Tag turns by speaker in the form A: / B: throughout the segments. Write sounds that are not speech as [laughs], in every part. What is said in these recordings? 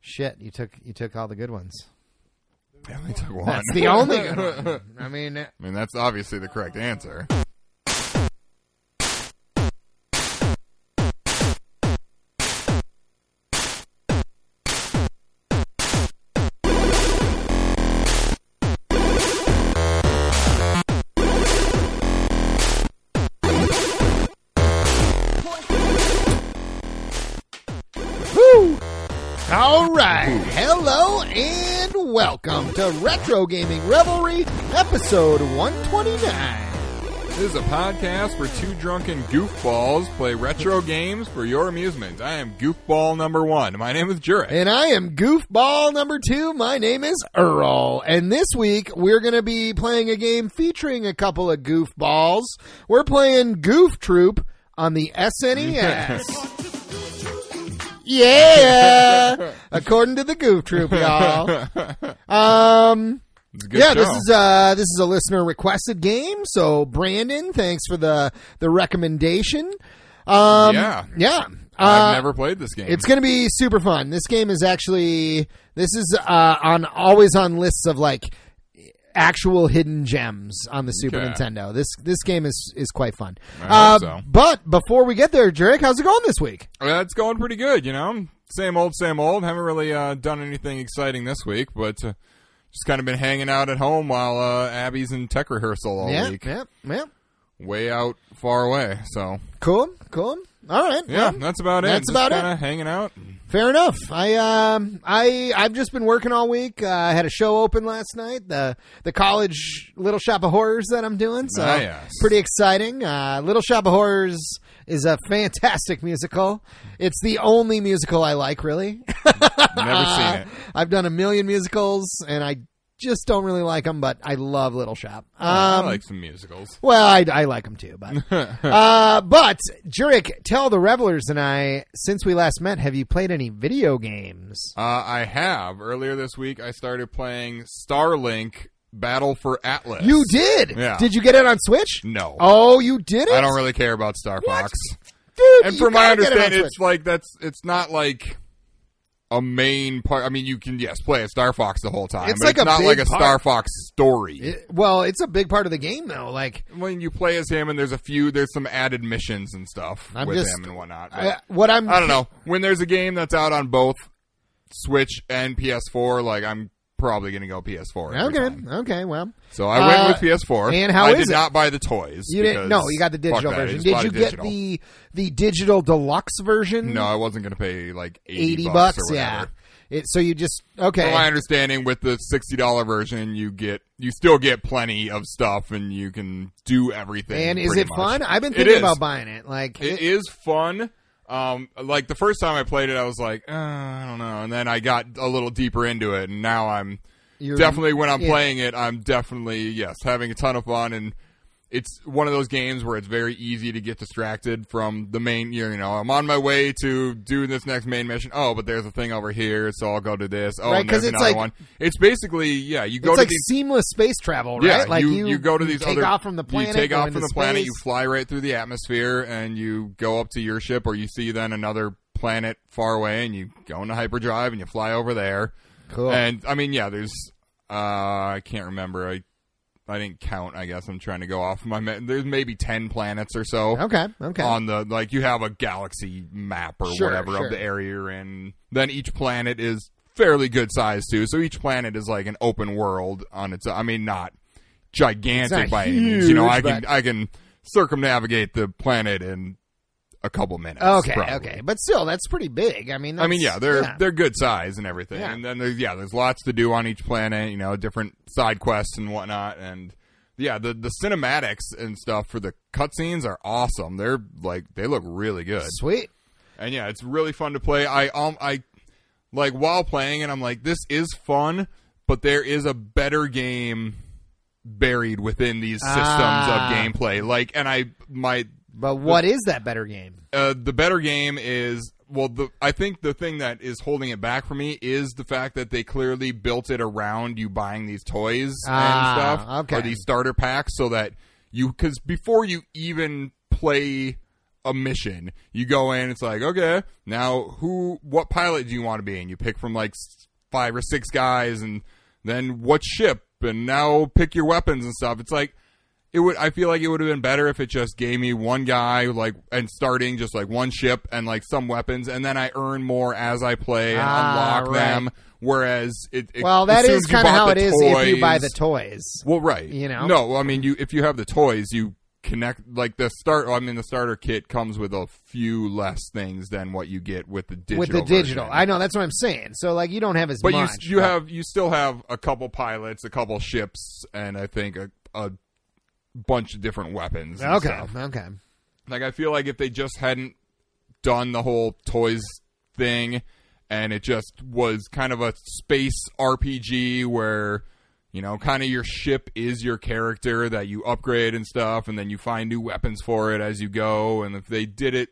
A: Shit, you took you took all the good [laughs] ones.
B: [laughs] I only took one.
A: That's the only good one. I mean,
B: I mean, that's obviously the correct answer.
A: All right. Hello and welcome to Retro Gaming Revelry, episode 129.
B: This is a podcast where two drunken goofballs
A: [laughs]
B: play retro games for your amusement. I am goofball number one. My name is Jurek.
A: And I am goofball number two. My name is Earl. And this week, we're going to be playing a game featuring a couple of goofballs. We're playing Goof Troop on the E SNES. yeah! According to the Goof Troop,
B: [laughs]
A: y'all. Um.
B: It's a good
A: yeah,
B: show.
A: this is a this is a listener requested game. So Brandon, thanks for the the recommendation. Um,
B: Yeah.
A: yeah. Uh,
B: I've never played this game.
A: it's going to be super fun. This game is actually this is uh, on always on lists of like actual hidden gems on the Super
B: Okay.
A: Nintendo. This this game is is quite fun. Uh,
B: I hope so.
A: But before we get there, Jarek, how's it going this week?
B: Uh, it's going pretty good, you know. Same old, same old. Haven't really uh, done anything exciting this week, but uh, just kind of been hanging out at home while uh, Abby's in tech rehearsal all
A: yeah,
B: week,
A: yeah, yeah.
B: way out far away. So
A: Cool, cool. All right.
B: yeah,
A: well,
B: that's about it.
A: That's
B: just
A: about it.
B: kinda Hanging out.
A: Fair enough. I um I I've just been working all week. Uh, I had a show open last night. The the college Little Shop of Horrors that I'm doing. So
B: Nice.
A: pretty exciting. Uh, Little Shop of Horrors is a fantastic [laughs] musical. It's the only musical I like
B: [laughs]
A: really. Uh,
B: Never seen it.
A: I've done a million musicals and I just don't really like them, but I love Little Shop. [laughs] Um,
B: I like some musicals.
A: well, I, I like them too,
B: [laughs]
A: but uh, but Jurek, tell the revelers and I since we last met, have you played any video games?
B: Uh, I have earlier this week. I started playing Starlink Battle for Atlas.
A: You did.
B: Yeah.
A: Did you get it on Switch?
B: No,
A: Oh, you did it.
B: I don't really care about Star Fox.
A: Dude,
B: and
A: you
B: from my
A: gotta get it on
B: understanding,
A: Switch.
B: it's like that's it's not like a main part. I mean, you can yes play a Star Fox the whole time.
A: It's
B: but
A: like
B: it's
A: a
B: not
A: big
B: like a
A: part.
B: Star Fox story.
A: It- well, it's a big part of the game though. Like
B: when you play as him, and there's a few, there's some added missions and stuff
A: I'm
B: with
A: just-
B: him and whatnot.
A: I,
B: but
A: uh, what I'm
B: I don't know. When there's a game that's out on both Switch and PS4, like I'm probably gonna go PS4. every
A: Okay.
B: time.
A: Okay. Well,
B: So I went
A: Uh,
B: with PS4.
A: and how
B: I
A: is
B: did
A: it?
B: not buy the toys.
A: you didn't.
B: because-
A: No, you got the
B: fuck
A: digital
B: that, I
A: version.
B: just
A: Did
B: bought
A: you
B: a
A: get
B: digital.
A: the the digital deluxe version?
B: No, I wasn't gonna pay like eighty,
A: eighty
B: bucks,
A: bucks.
B: or whatever.
A: yeah. It, so you just okay.
B: From my understanding, with the sixty dollar version, you get you still get plenty of stuff, and you can do everything.
A: And is
B: pretty
A: it
B: much.
A: fun? I've been
B: It
A: thinking
B: is.
A: about buying it. Like
B: It is fun. Um, like the first time I played it, I was like, uh, I don't know, and then I got a little deeper into it, and now I'm
A: you're-
B: definitely when I'm
A: yeah.
B: playing it, I'm definitely yes having a ton of fun, and it's one of those games where it's very easy to get distracted from the main. You know, I'm on my way to do this next main mission. Oh, but there's a thing over here, so I'll go to this. Oh,
A: Right,
B: and there's
A: 'cause it's
B: another
A: like-
B: one. It's basically yeah, you go
A: It's
B: to
A: like
B: these.
A: seamless space travel, right?
B: Yeah,
A: like
B: you, you, go to
A: you
B: these
A: take
B: other
A: off from the planet.
B: You take
A: go
B: off
A: into
B: from the planet.
A: space.
B: You fly right through the atmosphere, and you go up to your ship, or you see then another planet far away, and you go into hyperdrive, and you fly over there.
A: Cool.
B: And I mean, yeah, there's uh, I can't remember. I I didn't count. I guess I'm trying to go off my. Me- there's maybe ten planets or so
A: okay, okay.
B: on the like. You have a galaxy map or
A: Sure,
B: whatever
A: sure.
B: of the area you're in. Then each planet is fairly good size too. So each planet is like an open world on its. I mean, not gigantic
A: It's not
B: by any means. You know,
A: huge,
B: I can
A: but-
B: I can circumnavigate the planet in a couple minutes.
A: okay,
B: probably.
A: okay. But still, that's pretty big. I mean, that's,
B: I mean, yeah, they're they're good size and everything,
A: Yeah.
B: and then there's yeah, there's lots to do on each planet. You know, different side quests and whatnot, and yeah, the the cinematics and stuff for the cutscenes are awesome. They're like they look really good,
A: sweet.
B: and yeah, it's really fun to play. I um I like while playing, and I'm like, this is fun, but there is a better game buried within these systems
A: Ah.
B: of gameplay. Like, and I my
A: But what is that better game?
B: uh, the better game is well the I think the thing that is holding it back for me is the fact that they clearly built it around you buying these toys
A: Ah,
B: and stuff
A: okay.
B: or these starter packs so that you cuz before you even play a mission. You go in, it's like, okay, now who, what pilot do you want to be? And you pick from like s- five or six guys, and then what ship? And now pick your weapons and stuff. It's like, it would. I feel like it would have been better if it just gave me one guy, like, and starting just like one ship and like some weapons, and then I earn more as I play and
A: Ah,
B: unlock
A: right.
B: them. Whereas it, it
A: Well,
B: as
A: that
B: soon
A: is
B: as you
A: kind of
B: bought
A: how it
B: the
A: is if you buy the
B: toys-
A: toys.
B: well, right.
A: You know?
B: No, well, I mean, you if you have the toys, you connect like the start. I mean, the starter kit comes with a few less things than what you get with the digital.
A: with the digital.
B: version.
A: I know that's what I'm saying. So like you don't have as
B: but you
A: much.
B: you have you still have a couple pilots, a couple ships, and I think a, a bunch of different weapons. and
A: okay,
B: stuff.
A: okay.
B: Like I feel like if they just hadn't done the whole toys thing and it just was kind of a space RPG where you know, kind of your ship is your character that you upgrade and stuff and then you find new weapons for it as you go and if they did it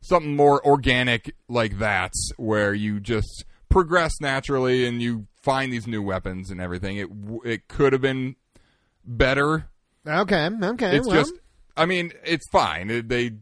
B: something more organic like that where you just progress naturally and you find these new weapons and everything, it w- it could have been better
A: Okay, okay.
B: it's
A: well,
B: just i mean it's fine It- they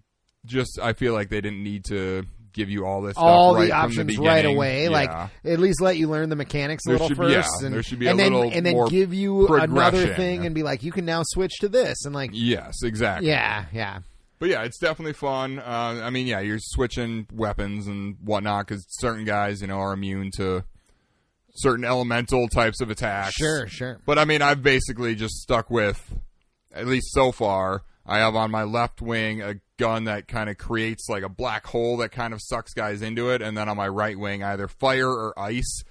B: just i feel like they didn't need to give you all this stuff
A: all
B: right
A: the
B: from
A: options
B: the
A: right
B: beginning.
A: away. Like
B: Yeah.
A: at least let you learn the mechanics a
B: There
A: little
B: should be- yeah,
A: first, and
B: there should be a
A: and then
B: little
A: and then
B: more
A: give you another
B: progression.
A: thing and be like, you can now switch to this, and like,
B: yes exactly
A: yeah, yeah,
B: but yeah it's definitely fun uh, i mean yeah you're switching weapons and whatnot because certain guys you know are immune to certain elemental types of attacks
A: sure, sure.
B: But I mean, I've basically just stuck with, at least so far, I have on my left wing a gun that kind of creates like a black hole that kind of sucks guys into it, and then on my right wing, either fire or ice.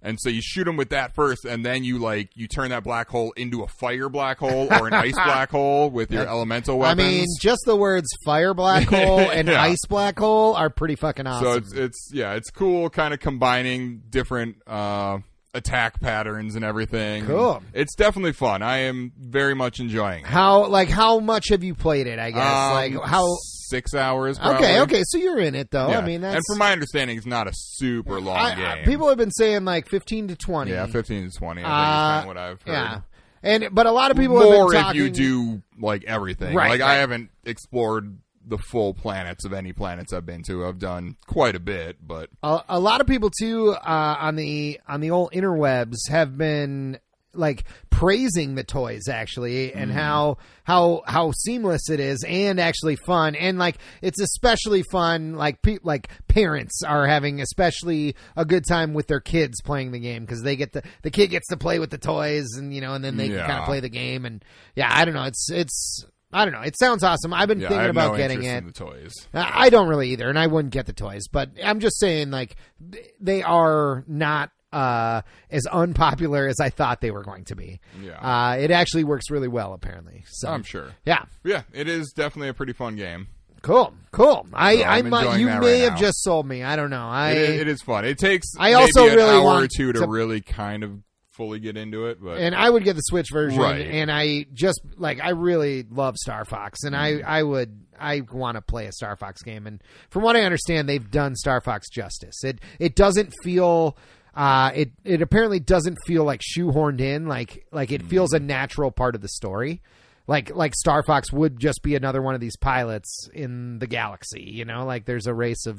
B: And so you shoot them with that first, and then you like you turn that black hole into a fire black hole or
A: [laughs]
B: an ice black hole with your elemental weapons.
A: I mean, just the words fire black
B: [laughs]
A: hole and
B: Yeah.
A: ice black hole are pretty fucking
B: so
A: awesome.
B: it's it's yeah, it's cool, kind of combining different uh, attack patterns and everything.
A: Cool.
B: It's definitely fun. I am very much enjoying. it.
A: how like how much have you played it? I guess
B: Um,
A: like how.
B: six hours. Probably.
A: Okay, okay, so you're in it though.
B: Yeah.
A: I mean, that's
B: and from my understanding, it's not a super long
A: I- I-
B: game.
A: people have been saying like 15 to 20.
B: yeah, fifteen to twenty. I think is
A: Uh,
B: kinda what I've heard.
A: Yeah. And but a lot of people have
B: More
A: been
B: if
A: talking
B: you do like everything.
A: Right,
B: like
A: right.
B: I haven't explored the full planets of any planets I've been to. I've done quite a bit, but
A: a, a lot of people too uh, on the on the old interwebs have been like praising the toys actually
B: Mm.
A: and how how how seamless it is and actually fun and like it's especially fun like pe- like parents are having especially a good time with their kids playing the game cuz they get the the kid gets to play with the toys and you know and then they can
B: Yeah.
A: kind of play the game and yeah I don't know it's it's I don't know it sounds awesome I've been
B: yeah, I
A: thinking
B: have
A: about
B: no
A: getting
B: interest
A: it
B: in the toys.
A: I I don't really either, and I wouldn't get the toys. But I'm just saying, like, th- they are not uh, as unpopular as I thought they were going to be.
B: Yeah.
A: Uh, it actually works really well, apparently. So
B: I'm sure.
A: Yeah.
B: But yeah, it is definitely a pretty fun game.
A: Cool. Cool. I,
B: So
A: I
B: I'm
A: might.
B: enjoying
A: You may
B: that right
A: have
B: now.
A: just sold me. I don't know. I.
B: It i- it is fun. It takes
A: I also
B: maybe an
A: really
B: hour or
A: want
B: two to,
A: to-
B: really kind of fully get into it, but
A: and I would get the Switch version,
B: Right.
A: and I just like I really love Star Fox, and
B: Mm-hmm.
A: I I would I want to play a Star Fox game, and from what I understand, they've done Star Fox justice. It it doesn't feel. Uh, it it apparently doesn't feel like shoehorned in, like like it feels
B: Mm.
A: a natural part of the story, like like Star Fox would just be another one of these pilots in the galaxy, you know, like there's a race of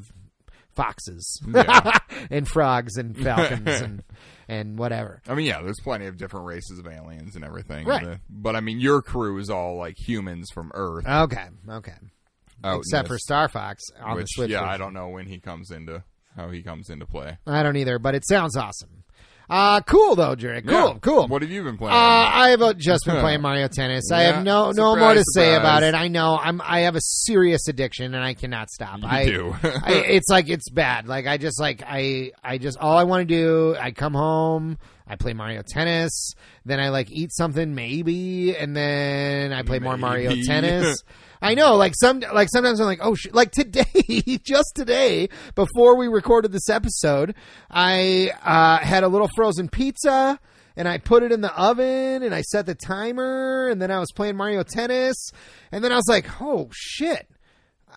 A: foxes
B: Yeah.
A: [laughs] and frogs and falcons and and whatever.
B: I mean, yeah, there's plenty of different races of aliens and everything.
A: Right.
B: The- But I mean, your crew is all like humans from Earth,
A: Okay, okay.
B: out in
A: except for
B: this-
A: Star Fox on the
B: Oh, which,
A: Switch.
B: yeah, I
A: version.
B: don't know when he comes into how he comes into play.
A: I don't either, but it sounds awesome. Uh, cool though, Jerry. Cool,
B: Yeah.
A: cool.
B: What have you been playing?
A: uh, I have uh, just been
B: [laughs]
A: playing Mario Tennis. I
B: Yeah.
A: have no no
B: Surprise,
A: more to say
B: surprise.
A: about it. I know I'm I have a serious addiction and I cannot stop.
B: you
A: I
B: do.
A: I, it's like it's bad. Like I just like I I just all I want to do. I come home. I play Mario Tennis. Then I like eat something maybe, and then I play more Mario
B: Maybe.
A: Tennis. I know, like some, like sometimes I'm like, oh, sh-. like today, [laughs] just today, before we recorded this episode, I uh, had a little frozen pizza and I put it in the oven and I set the timer and then I was playing Mario Tennis and then I was like, oh shit,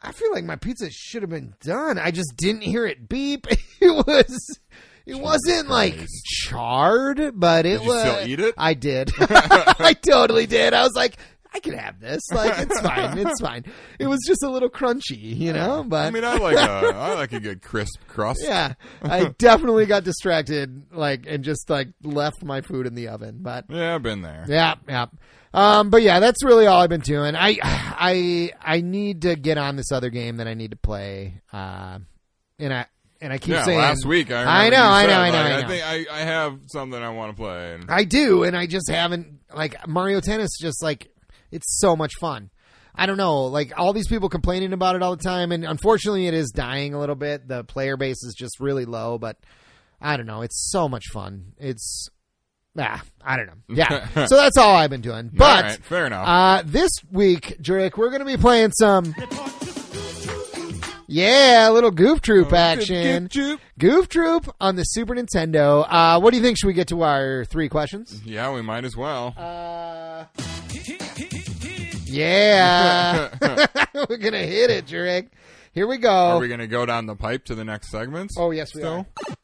A: I feel like my pizza should have been done. I just didn't hear it beep. [laughs] It was. It wasn't like
B: Christ.
A: charred, but it
B: you
A: was.
B: [laughs]
A: [laughs]
B: still eat it?
A: I did. I totally did. I was like, I can have this. Like
B: [laughs]
A: it's fine. It's fine. It was just a little crunchy, you know. But
B: [laughs] I mean, I like a, I like a good crisp crust.
A: yeah,
B: [laughs]
A: I definitely got distracted, like, and just like left my food in the oven. But
B: Yeah, I've been there.
A: yeah, yeah. Um, but yeah, that's really all I've been doing. I, I, I need to get on this other game that I need to play. Uh, and I, and I keep
B: yeah,
A: saying
B: last week I,
A: I
B: remember
A: know,
B: you
A: I
B: said,
A: know, I know,
B: like,
A: I know.
B: think I, I have something I want to play. And,
A: I do, and I just haven't like Mario Tennis. Just like it's so much fun. I don't know, like all these people complaining about it all the time, and unfortunately, it is dying a little bit. The player base is just really low, but I don't know. It's so much fun. It's ah, I don't know.
B: [laughs]
A: Yeah. so that's all I've been doing.
B: All
A: But
B: right, fair enough.
A: uh, this week, Drake, we're gonna be playing some. Yeah, a little Goof Troop
B: Oh,
A: action. Goof Troop on the Super Nintendo. Uh, what do you think? Should we get to our three questions?
B: Yeah, we might as well.
A: Uh,
B: [laughs]
A: yeah. We're going to hit it, Drake. Here we
B: Are
A: go.
B: we going to go down the pipe to the next segment?
A: oh, yes, we
B: still?
A: are.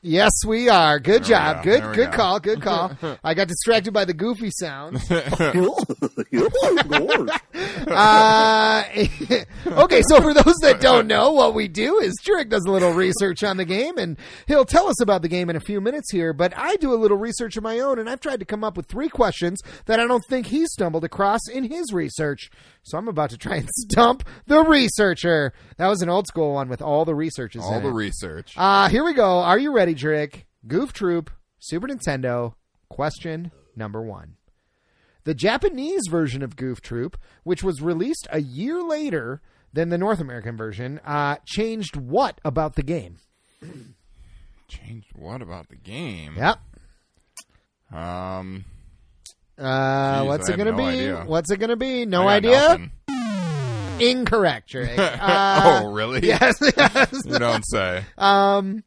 A: Yes, we are. Good
B: There we
A: job.
B: go.
A: Good
B: There we
A: good
B: go.
A: call. Good
B: [laughs]
A: call. I got distracted by the goofy sound. [laughs] Uh, [laughs] okay, so for those that don't know, what we do is Jurek does a little research on the game, and he'll tell us about the game in a few minutes here. But I do a little research of my own, and I've tried to come up with three questions that I don't think he stumbled across in his research. So I'm about to try and [laughs] stump the researcher. That was an old school one with all the researches.
B: All
A: in
B: the
A: it.
B: research.
A: Uh, here we go. Are you ready, Drake? Goof Troop, Super Nintendo, question number one. The Japanese version of Goof Troop, which was released a year later than the North American version, uh, changed what about the game?
B: Changed what about the game?
A: Yep.
B: Um,
A: Uh,
B: Jeez,
A: what's
B: I
A: it
B: have
A: gonna
B: no
A: be?
B: idea.
A: What's it gonna be?
B: I
A: No
B: got
A: idea.
B: nothing. [laughs]
A: Incorrect, Drake. Uh,
B: oh, really?
A: Yes, yes.
B: [laughs] You don't
A: [laughs]
B: say.
A: Um,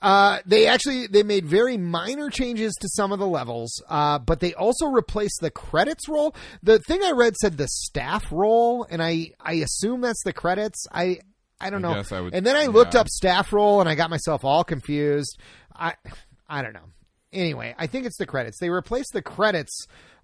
A: uh, they actually they made very minor changes to some of the levels, uh, but they also replaced the credits roll. The thing I read said the staff roll, and I I assume that's the credits. I I don't
B: I
A: know.
B: guess I would-
A: and then I looked
B: yeah.
A: up staff roll, and I got myself all confused. I I don't know. Anyway, I think it's the credits. They replaced the credits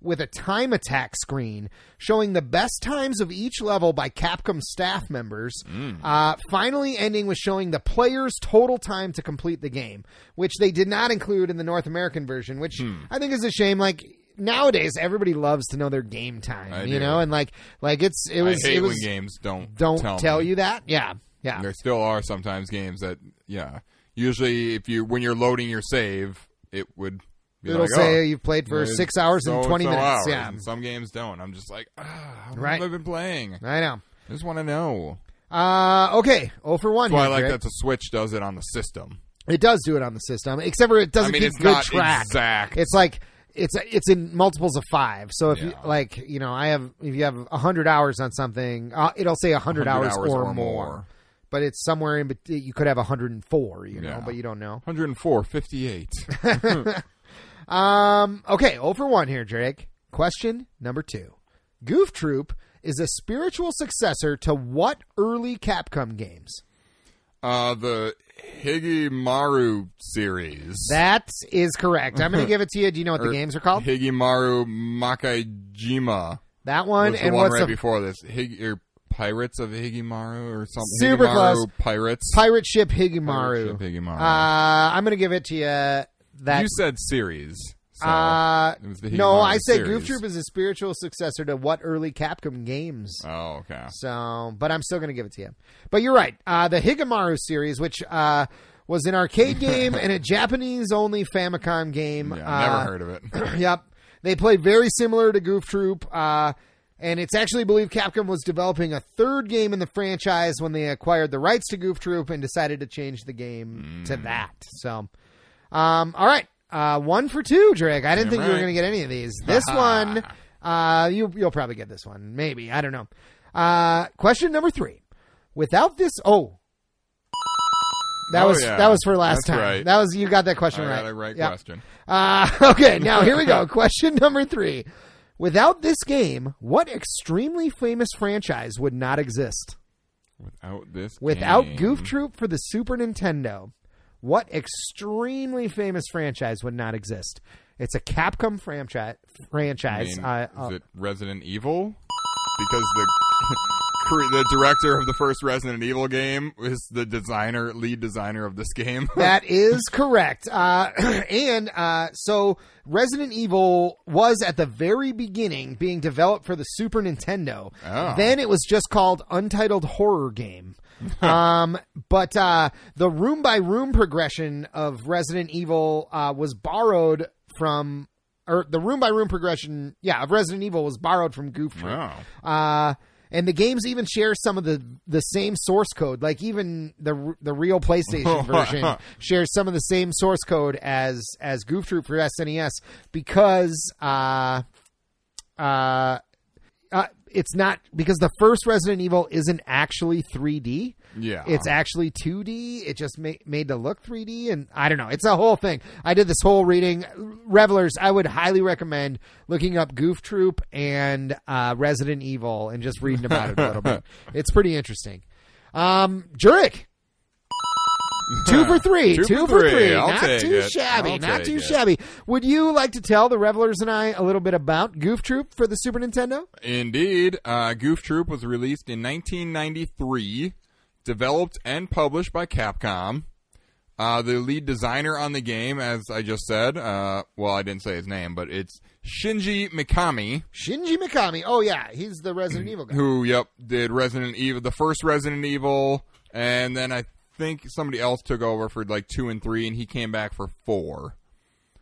A: with a time attack screen showing the best times of each level by Capcom staff members.
B: Mm.
A: Uh, finally, ending with showing the player's total time to complete the game, which they did not include in the North American version, which
B: Hmm.
A: I think is a shame. Like nowadays, everybody loves to know their game time,
B: I
A: you
B: do.
A: know, and like like it's it was
B: I hate
A: it was
B: when games don't
A: don't
B: tell,
A: tell,
B: me.
A: you that. Yeah, yeah.
B: There still are sometimes games that yeah. Usually, if you when you're loading your save, it would be
A: It'll
B: like,
A: say
B: oh,
A: you've played for
B: there's
A: six hours and
B: so-
A: twenty
B: so
A: minutes.
B: hours.
A: Yeah,
B: And some games don't. I'm just like, ah, how long
A: Right.
B: have I been playing?
A: I know.
B: I just want to know.
A: Uh, okay, oh for one.
B: That's why I
A: here,
B: like
A: Drake.
B: that the Switch does it on the system.
A: It does do it on the system, except for it doesn't
B: I mean,
A: keep
B: it's
A: good
B: not
A: track.
B: exact.
A: It's like it's it's in multiples of five. So if you
B: Yeah.
A: like, you know, I have if you have hundred hours on something, uh, it'll say hundred
B: 100
A: hours,
B: hours
A: or,
B: or
A: more.
B: more.
A: But it's somewhere in. bet- You could have hundred and four. You know,
B: Yeah.
A: but you don't know.
B: 104, 58.
A: Um. Okay. Over one here, Drake. Question number two. Goof Troop is a spiritual successor to what early Capcom games?
B: uh, the Higimaru series.
A: That is correct. I'm going
B: [laughs]
A: to give it to you. Do you know what the
B: Or
A: games are called?
B: Higimaru Makajima.
A: That one
B: was the
A: and
B: one
A: what's
B: right
A: the
B: before this. Hig- or Pirates of Higimaru or something.
A: Super
B: Higimaru
A: close.
B: Pirates.
A: Pirate Ship
B: Pirate
A: Higamaru.
B: Ship Higimaru.
A: Uh, I'm gonna give it to you. That
B: you said series. So
A: uh,
B: it was the
A: no,
B: Higamaru
A: I said
B: series.
A: Goof Troop is a spiritual successor to what early Capcom games.
B: Oh, okay.
A: So, but I'm still gonna give it to you. But you're right. Uh, the Higamaru series, which uh, was an
B: [laughs]
A: arcade game and a Japanese-only Famicom game.
B: Yeah,
A: uh,
B: never
A: [coughs]
B: heard of it.
A: [clears throat] yep. They played very similar to Goof Troop. Uh, and it's actually believed Capcom was developing a third game in the franchise when they acquired the rights to Goof Troop and decided to change the game
B: Mm.
A: to that. So, um, all right. Uh, one for two, Drake. I didn't
B: Damn
A: think you were
B: right.
A: going to get any of these.
B: [laughs]
A: This one, uh, you, you'll probably get this one. Maybe. I don't know. Uh, question number three. Without this, oh. That
B: Oh,
A: was
B: yeah.
A: that was for last
B: That's
A: time.
B: right.
A: That was you got that question
B: I
A: right.
B: got a right
A: Yep.
B: question.
A: Uh, [laughs] okay, now here we go. Question number three. Without this game, what extremely famous franchise would not exist?
B: Without this
A: Without
B: game,
A: Goof Troop for the Super Nintendo, what extremely famous franchise would not exist? It's a Capcom franchise. Franchise.
B: I mean,
A: I- uh,
B: is it Resident Evil? Because the [laughs] cre- the director of the first Resident Evil game is the designer, lead designer of this game. [laughs]
A: that is correct. Uh, [clears throat] and uh, so Resident Evil was at the very beginning being developed for the Super Nintendo.
B: Oh.
A: Then it was just called Untitled Horror Game. um, but uh, the room by room progression of Resident Evil uh, was borrowed from. Or the room by room progression, yeah, of Resident Evil was borrowed from Goof Troop.
B: Wow.
A: Uh, and the games even share some of the the same source code. Like even the the real PlayStation version shares some of the same source code as as Goof Troop for SNES because uh, uh, uh, it's not because the first Resident Evil isn't actually 3D.
B: Yeah.
A: It's actually 2D. It just ma- made to look 3D, and I don't know. It's a whole thing. I did this whole reading. Revelers, I would highly recommend looking up Goof Troop and uh, Resident Evil and just reading about it a little
B: [laughs]
A: bit. It's pretty interesting. Um, Jurek. Two for three.
B: Two
A: Two,
B: for
A: for 3
B: three. I'll
A: not
B: take
A: too
B: it.
A: shabby.
B: I'll
A: not
B: take
A: too
B: it.
A: shabby. Would you like to tell the revelers and I a little bit about Goof Troop for the Super Nintendo?
B: Indeed. Uh, Goof Troop was released in 1993, developed and published by Capcom. Uh, the lead designer on the game, as I just said, uh, well, I didn't say his name, but it's Shinji Mikami,
A: Shinji Mikami. Oh yeah, he's the Resident Evil guy.
B: who, yep, did Resident Evil, the first Resident Evil, and then I think somebody else took over for like two and three, and he came back for four.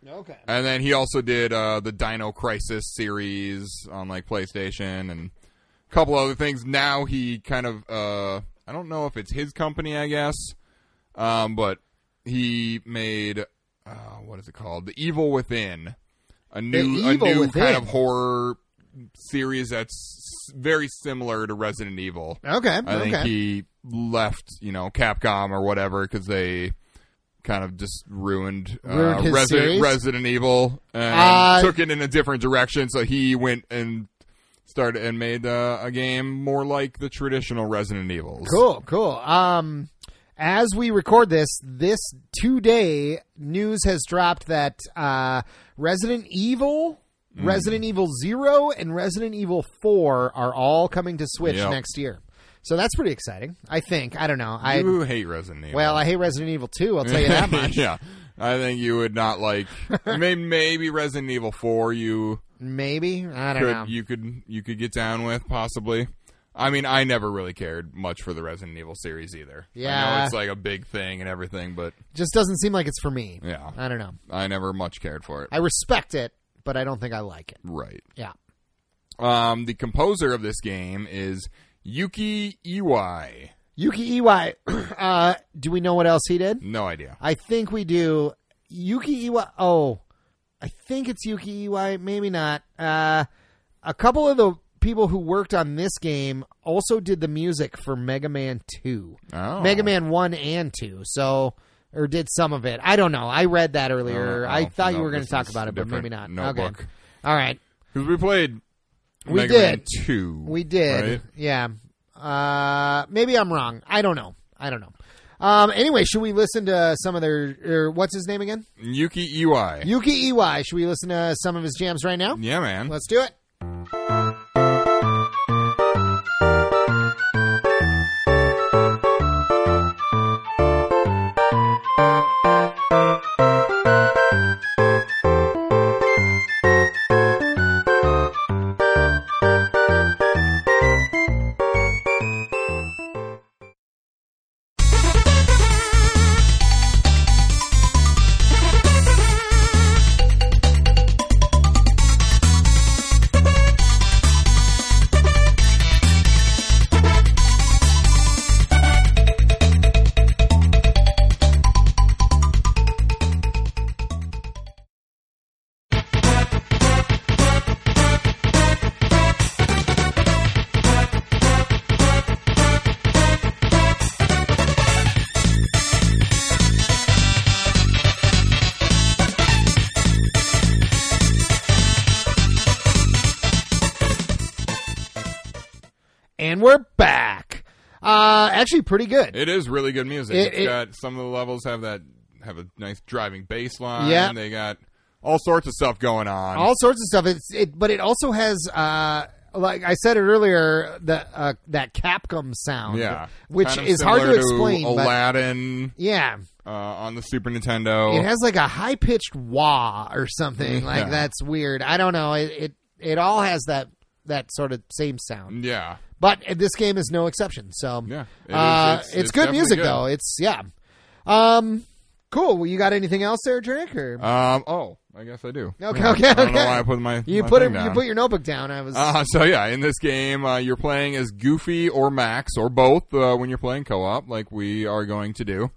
A: Okay.
B: And then he also did uh, the Dino Crisis series on like PlayStation and a couple other things. Now he kind of uh, I don't know if it's his company, I guess, um, but he made uh, what is it called? The Evil Within, a new a
A: Evil
B: new
A: Within.
B: kind of horror series that's s- very similar to Resident Evil.
A: Okay.
B: I
A: okay.
B: think he left, you know, Capcom or whatever because they kind of just ruined,
A: Ruined
B: uh,
A: his series?
B: Resident, Resident Evil and
A: Uh,
B: took it in a different direction. So he went and started and made uh, a game more like the traditional Resident Evils.
A: Cool, cool. Um, as we record this, this today news has dropped that uh, Resident Evil,
B: Mm.
A: Resident Evil Zero, and Resident Evil Four are all coming to Switch
B: Yep.
A: next year. So that's pretty exciting. I think. I don't know. I
B: You hate Resident Evil.
A: well, I hate Resident Evil Two. I'll tell you
B: [laughs]
A: that much.
B: yeah. I think you would not
A: [laughs]
B: like maybe, maybe Resident Evil 4 you
A: Maybe I don't know.
B: could you could you could get down with possibly. I mean, I never really cared much for the Resident Evil series either. I
A: Yeah.
B: know it's like a big thing and everything, but
A: Just doesn't seem like it's for me.
B: yeah,
A: I don't know.
B: I never much cared for it.
A: I respect it, but I don't think I like it.
B: Right.
A: Yeah.
B: Um, the composer of this game is Yuki Iwai.
A: Yuki Iwai. [clears throat] uh, do we know what else he did?
B: No idea.
A: I think we do. Yuki Iwa. Oh, I think it's Yuki Iwai. Maybe not. Uh, a couple of the people who worked on this game also did the music for Mega Man Two,
B: Oh.
A: Mega Man One and Two. So. Or did some of it? I don't know. I read that earlier.
B: Oh,
A: I
B: oh,
A: thought
B: no,
A: you were going to
B: this
A: talk
B: is
A: about it, but
B: different
A: maybe not.
B: notebook.
A: Okay. All right.
B: Because we played
A: We
B: Mega
A: did.
B: Man 2.
A: We did.
B: right?
A: Yeah. Uh, maybe I'm wrong. I don't know. I don't know. Um, anyway, should we listen to some of their, or what's his name again?
B: Yuki Iwai.
A: Yuki Iwai. Should we listen to some of his jams right now?
B: yeah, man.
A: Let's do it. And we're back. Uh, actually, pretty good.
B: It is really good music.
A: It-
B: It, has
A: it-
B: got some of the levels have that have a nice driving bass line.
A: Yeah.
B: They got all sorts of stuff going on.
A: all sorts of stuff. It's it, but it also has uh, like I said it earlier, the uh, that Capcom sound,
B: yeah,
A: which
B: Kind of
A: is hard to
B: similar
A: explain. but
B: Aladdin
A: yeah,
B: uh, on the Super Nintendo.
A: it has like a high pitched wah or something. Like
B: Yeah.
A: that's weird. I don't know. It, it it all has that that sort of same sound.
B: yeah,
A: But this game is no exception. So
B: Yeah. It
A: uh,
B: is- it's-
A: it's,
B: it's
A: good
B: definitely
A: music
B: good.
A: though. It's yeah, um, cool. Well, you got anything else there, Drake? Or
B: Um. Oh, I guess I do.
A: Okay,
B: Yeah.
A: okay,
B: I don't know
A: okay.
B: why I put my
A: [laughs] you
B: my
A: put
B: thing
A: it, you
B: down.
A: put your notebook down. I was
B: Uh, so yeah, in this game, uh, you're playing as Goofy or Max or both uh, when you're playing co-op, like we are going to do.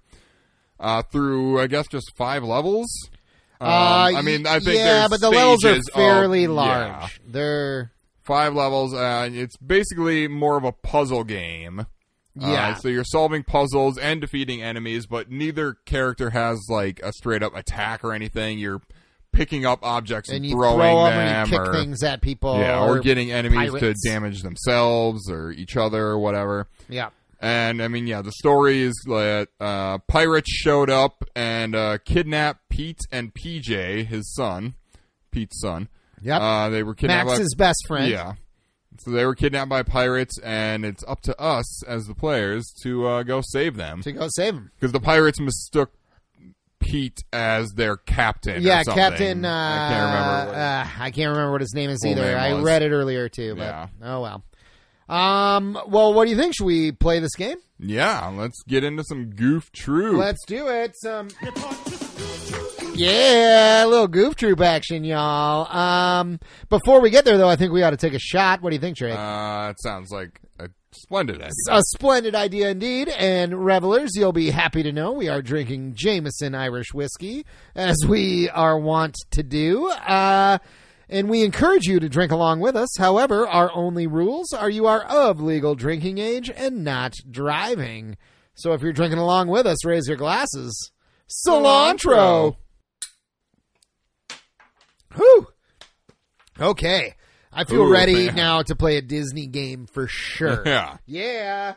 B: Uh, through I guess just five levels. Um, I mean, I think
A: uh, yeah,
B: there's
A: but the levels are
B: stages of-
A: fairly large.
B: yeah.
A: They're
B: five levels, uh, and it's basically more of a puzzle game. Uh,
A: Yeah.
B: so you're solving puzzles and defeating enemies, but neither character has like a straight up attack or anything. You're picking up objects and,
A: and you
B: throwing
A: throw them,
B: them,
A: and you kick
B: or
A: things at people.
B: yeah, or, getting enemies
A: pirates.
B: to damage themselves or each other or whatever.
A: yeah.
B: And I mean, yeah, the story is that uh, pirates showed up and uh, kidnapped Pete and PJ, his son, Pete's son.
A: Yep.
B: Uh, they were kidnapped. by-
A: Max's best friend.
B: yeah. So they were kidnapped by pirates, and it's up to us as the players to uh, go save them
A: To go save him.
B: because the pirates mistook Pete as their captain. or
A: yeah,
B: something.
A: Captain. Uh,
B: I can't remember. what-
A: Uh, I can't remember what his name is
B: Full
A: either.
B: name
A: I
B: was.
A: read it earlier too, but
B: Yeah.
A: oh well. Um. Well, what do you think? Should we play this game?
B: yeah, let's get into some goof truth.
A: Let's do it. Some. Yeah, a little goof troop action, y'all. Um, before we get there, though, I think we ought to take a shot. What do you think, Drake?
B: uh, it sounds like a splendid idea.
A: a splendid idea indeed. And revelers, you'll be happy to know we are drinking Jameson Irish whiskey, as we are wont to do. Uh, and we encourage you to drink along with us. However, our only rules are you are of legal drinking age and not driving. So if you're drinking along with us, raise your glasses. Cilantro. Whew. Okay. I feel
B: Ooh,
A: ready
B: man.
A: now to play a Disney game for
B: [laughs]
A: sure. [laughs]
B: Yeah.
A: Yeah.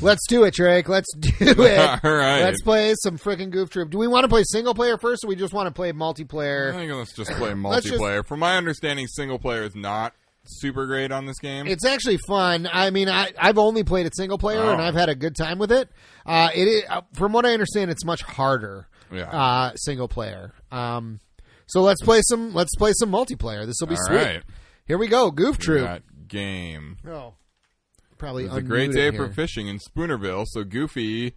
A: Let's do it, Drake. Let's
B: [laughs]
A: do it.
B: All right.
A: Let's play some freaking Goof Troop. Do we want to play single player first, or we just want to play
B: I
A: multiplayer?
B: think let's just play
A: [laughs] Let's just-
B: multiplayer. From my understanding, single player is not super great on this game.
A: It's actually fun. I mean, I, I've only played it single player,
B: Oh.
A: and I've had a good time with it. Uh, it is, uh, from what I understand, it's much harder
B: Yeah.
A: uh, single player. Um, so let's play some. Let's play some multiplayer. This will be
B: All
A: sweet.
B: right.
A: Here we go, Goof Troop.
B: That game.
A: Oh, probably
B: It's a great day for
A: unmuted
B: fishing in Spoonerville, so Goofy.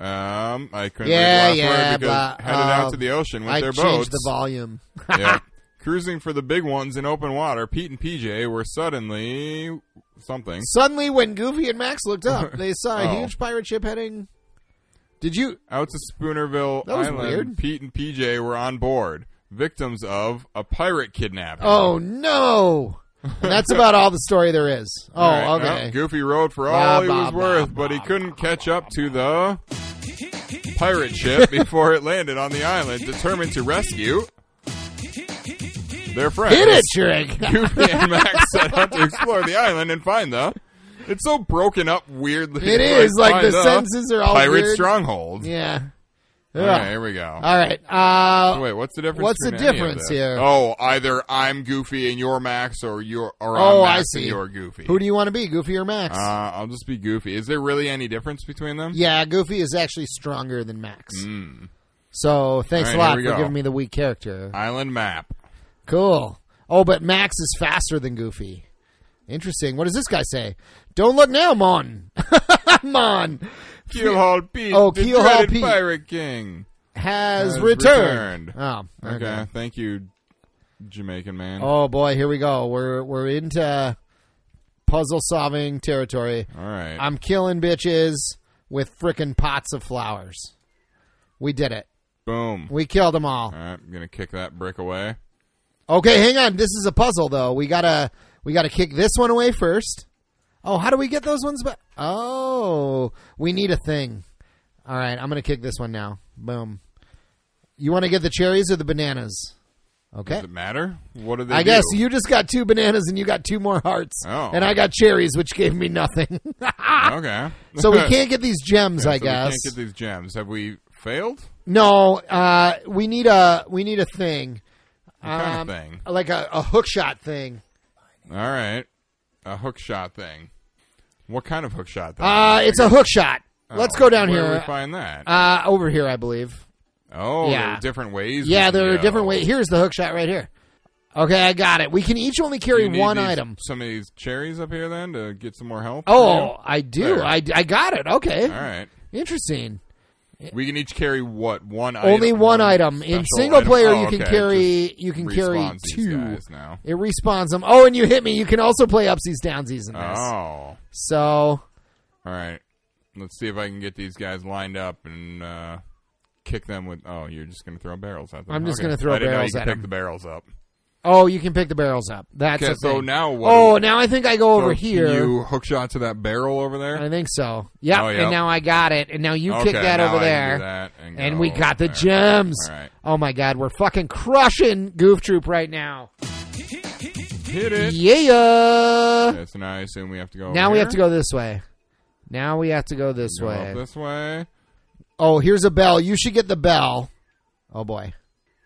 B: Um, I couldn't
A: Yeah,
B: read the last
A: yeah,
B: word because
A: blah,
B: headed out
A: um,
B: to the ocean
A: here.
B: with
A: I
B: their
A: changed
B: boats.
A: the volume. [laughs]
B: yeah. Cruising for the big ones in open water, Pete and PJ were suddenly something.
A: Suddenly, when Goofy and Max looked
B: [laughs]
A: up, they saw a
B: Oh.
A: huge pirate ship heading. Did you?
B: Out to Spoonerville
A: That was
B: Island,
A: weird.
B: Pete and PJ were on board, victims of a pirate kidnapping.
A: Oh no! And that's about all the story there
B: [laughs]
A: is. Oh,
B: All right, well,
A: okay.
B: Goofy rode for
A: Blah,
B: all he
A: blah,
B: was
A: blah,
B: worth, but he couldn't catch up to the pirate
A: [laughs]
B: ship before it landed on the island, determined to rescue their friends.
A: Hit it, Shrek. [laughs]
B: [laughs] Goofy and Max set out to explore the island and find the. It's so broken up weirdly. [laughs]
A: It is like
B: find
A: the senses are all
B: pirate
A: weird.
B: stronghold.
A: Yeah.
B: All
A: Ugh.
B: right, here we go.
A: All right. Uh,
B: Wait, what's the difference?
A: What's the
B: between any of
A: difference
B: this?
A: here?
B: Oh, either I'm Goofy and you're Max, or you're or I'm
A: Oh, I
B: Max
A: see.
B: and you're Goofy.
A: who do you want to be, Goofy or Max?
B: Uh, I'll just be goofy. Is there really any difference between them?
A: yeah, Goofy is actually stronger than Max.
B: Mm.
A: So thanks
B: All
A: a
B: right,
A: lot
B: here
A: for
B: we go.
A: giving me the weak character.
B: Island map.
A: Cool. Oh, but Max is faster than Goofy. Interesting. What does this guy say? Don't look now, Mon. [laughs] Mon
B: Keelhaul Pete.
A: Oh,
B: the
A: Keelhaul
B: dreaded
A: Pete.
B: Pirate King.
A: has,
B: Has
A: returned. Oh,
B: Okay.
A: okay.
B: thank you, Jamaican man. All
A: Oh boy, here we go. We're we're into puzzle solving territory.
B: right.
A: I'm killing bitches with frickin' pots of flowers. We did it.
B: Boom.
A: We killed them all.
B: All right, I'm gonna kick that brick away.
A: Okay, hang on. This is a puzzle though. We gotta we gotta kick this one away first. Oh, how do we get those ones back? Oh, we need a thing. All right, I'm gonna kick this one now. Boom. You want to get the cherries or the bananas? Okay.
B: Does it matter? What do they?
A: I guess
B: do?
A: you just got two bananas and you got two more hearts,
B: Oh.
A: and I got cherries, which gave me nothing. [laughs]
B: Okay. [laughs]
A: so we can't get these gems,
B: So
A: I
B: we
A: guess.
B: can't get these gems. Have we failed?
A: No, uh, we need a we need a thing,
B: What
A: Um,
B: kind of thing?
A: like a, a hook shot thing.
B: All right, a hook shot thing. What kind of hook shot? Thing?
A: Uh, it's a hook shot. Let's
B: Oh,
A: go down
B: where do
A: here.
B: we find that.
A: Uh, over here, I believe.
B: oh, there
A: yeah.
B: are different ways. we
A: Yeah,
B: can
A: there are
B: go.
A: different ways. Here's the hook shot right here. Okay, I got it. We can each only
B: Do
A: carry
B: you need
A: one
B: these-
A: item.
B: Some of these cherries up here, then, to get some more help. for
A: Oh,
B: you?
A: I do.
B: There.
A: I, I got it. Okay,
B: all right.
A: interesting.
B: We can each carry what one?
A: only
B: item,
A: one item in
B: special
A: single
B: item?
A: player.
B: Oh,
A: you can
B: okay,
A: carry. You can
B: just
A: carry
B: respawns these
A: two.
B: guys now.
A: It respawns them. Oh, and you hit me. You can also play upsies downsies in this.
B: Oh,
A: So
B: all right. Let's see if I can get these guys lined up and uh, kick them with. Oh, you're just gonna throw barrels at them.
A: I'm just
B: Okay.
A: gonna throw
B: I didn't know
A: barrels
B: you
A: at
B: could pick
A: them.
B: the barrels up.
A: Oh, you can pick the barrels up. That's
B: Okay,
A: a
B: so
A: thing.
B: now what?
A: Oh, now I think I go
B: so
A: over
B: can
A: here.
B: You hook shot to that barrel over there.
A: I think so. Yep.
B: Oh, yep.
A: And now I got it. And now you
B: okay,
A: kick that
B: now
A: over
B: I can
A: there.
B: do that and,
A: And
B: go
A: we got the
B: there.
A: gems.
B: All right.
A: Oh my god, we're fucking crushing Goof Troop right now.
B: Hit it.
A: Yeah.
B: Okay, so now I assume we have to go.
A: Now
B: over
A: we
B: here?
A: have to go this way. Now we have to go this
B: Go
A: way.
B: up this way.
A: Oh, here's a bell. You should get the bell. Oh boy.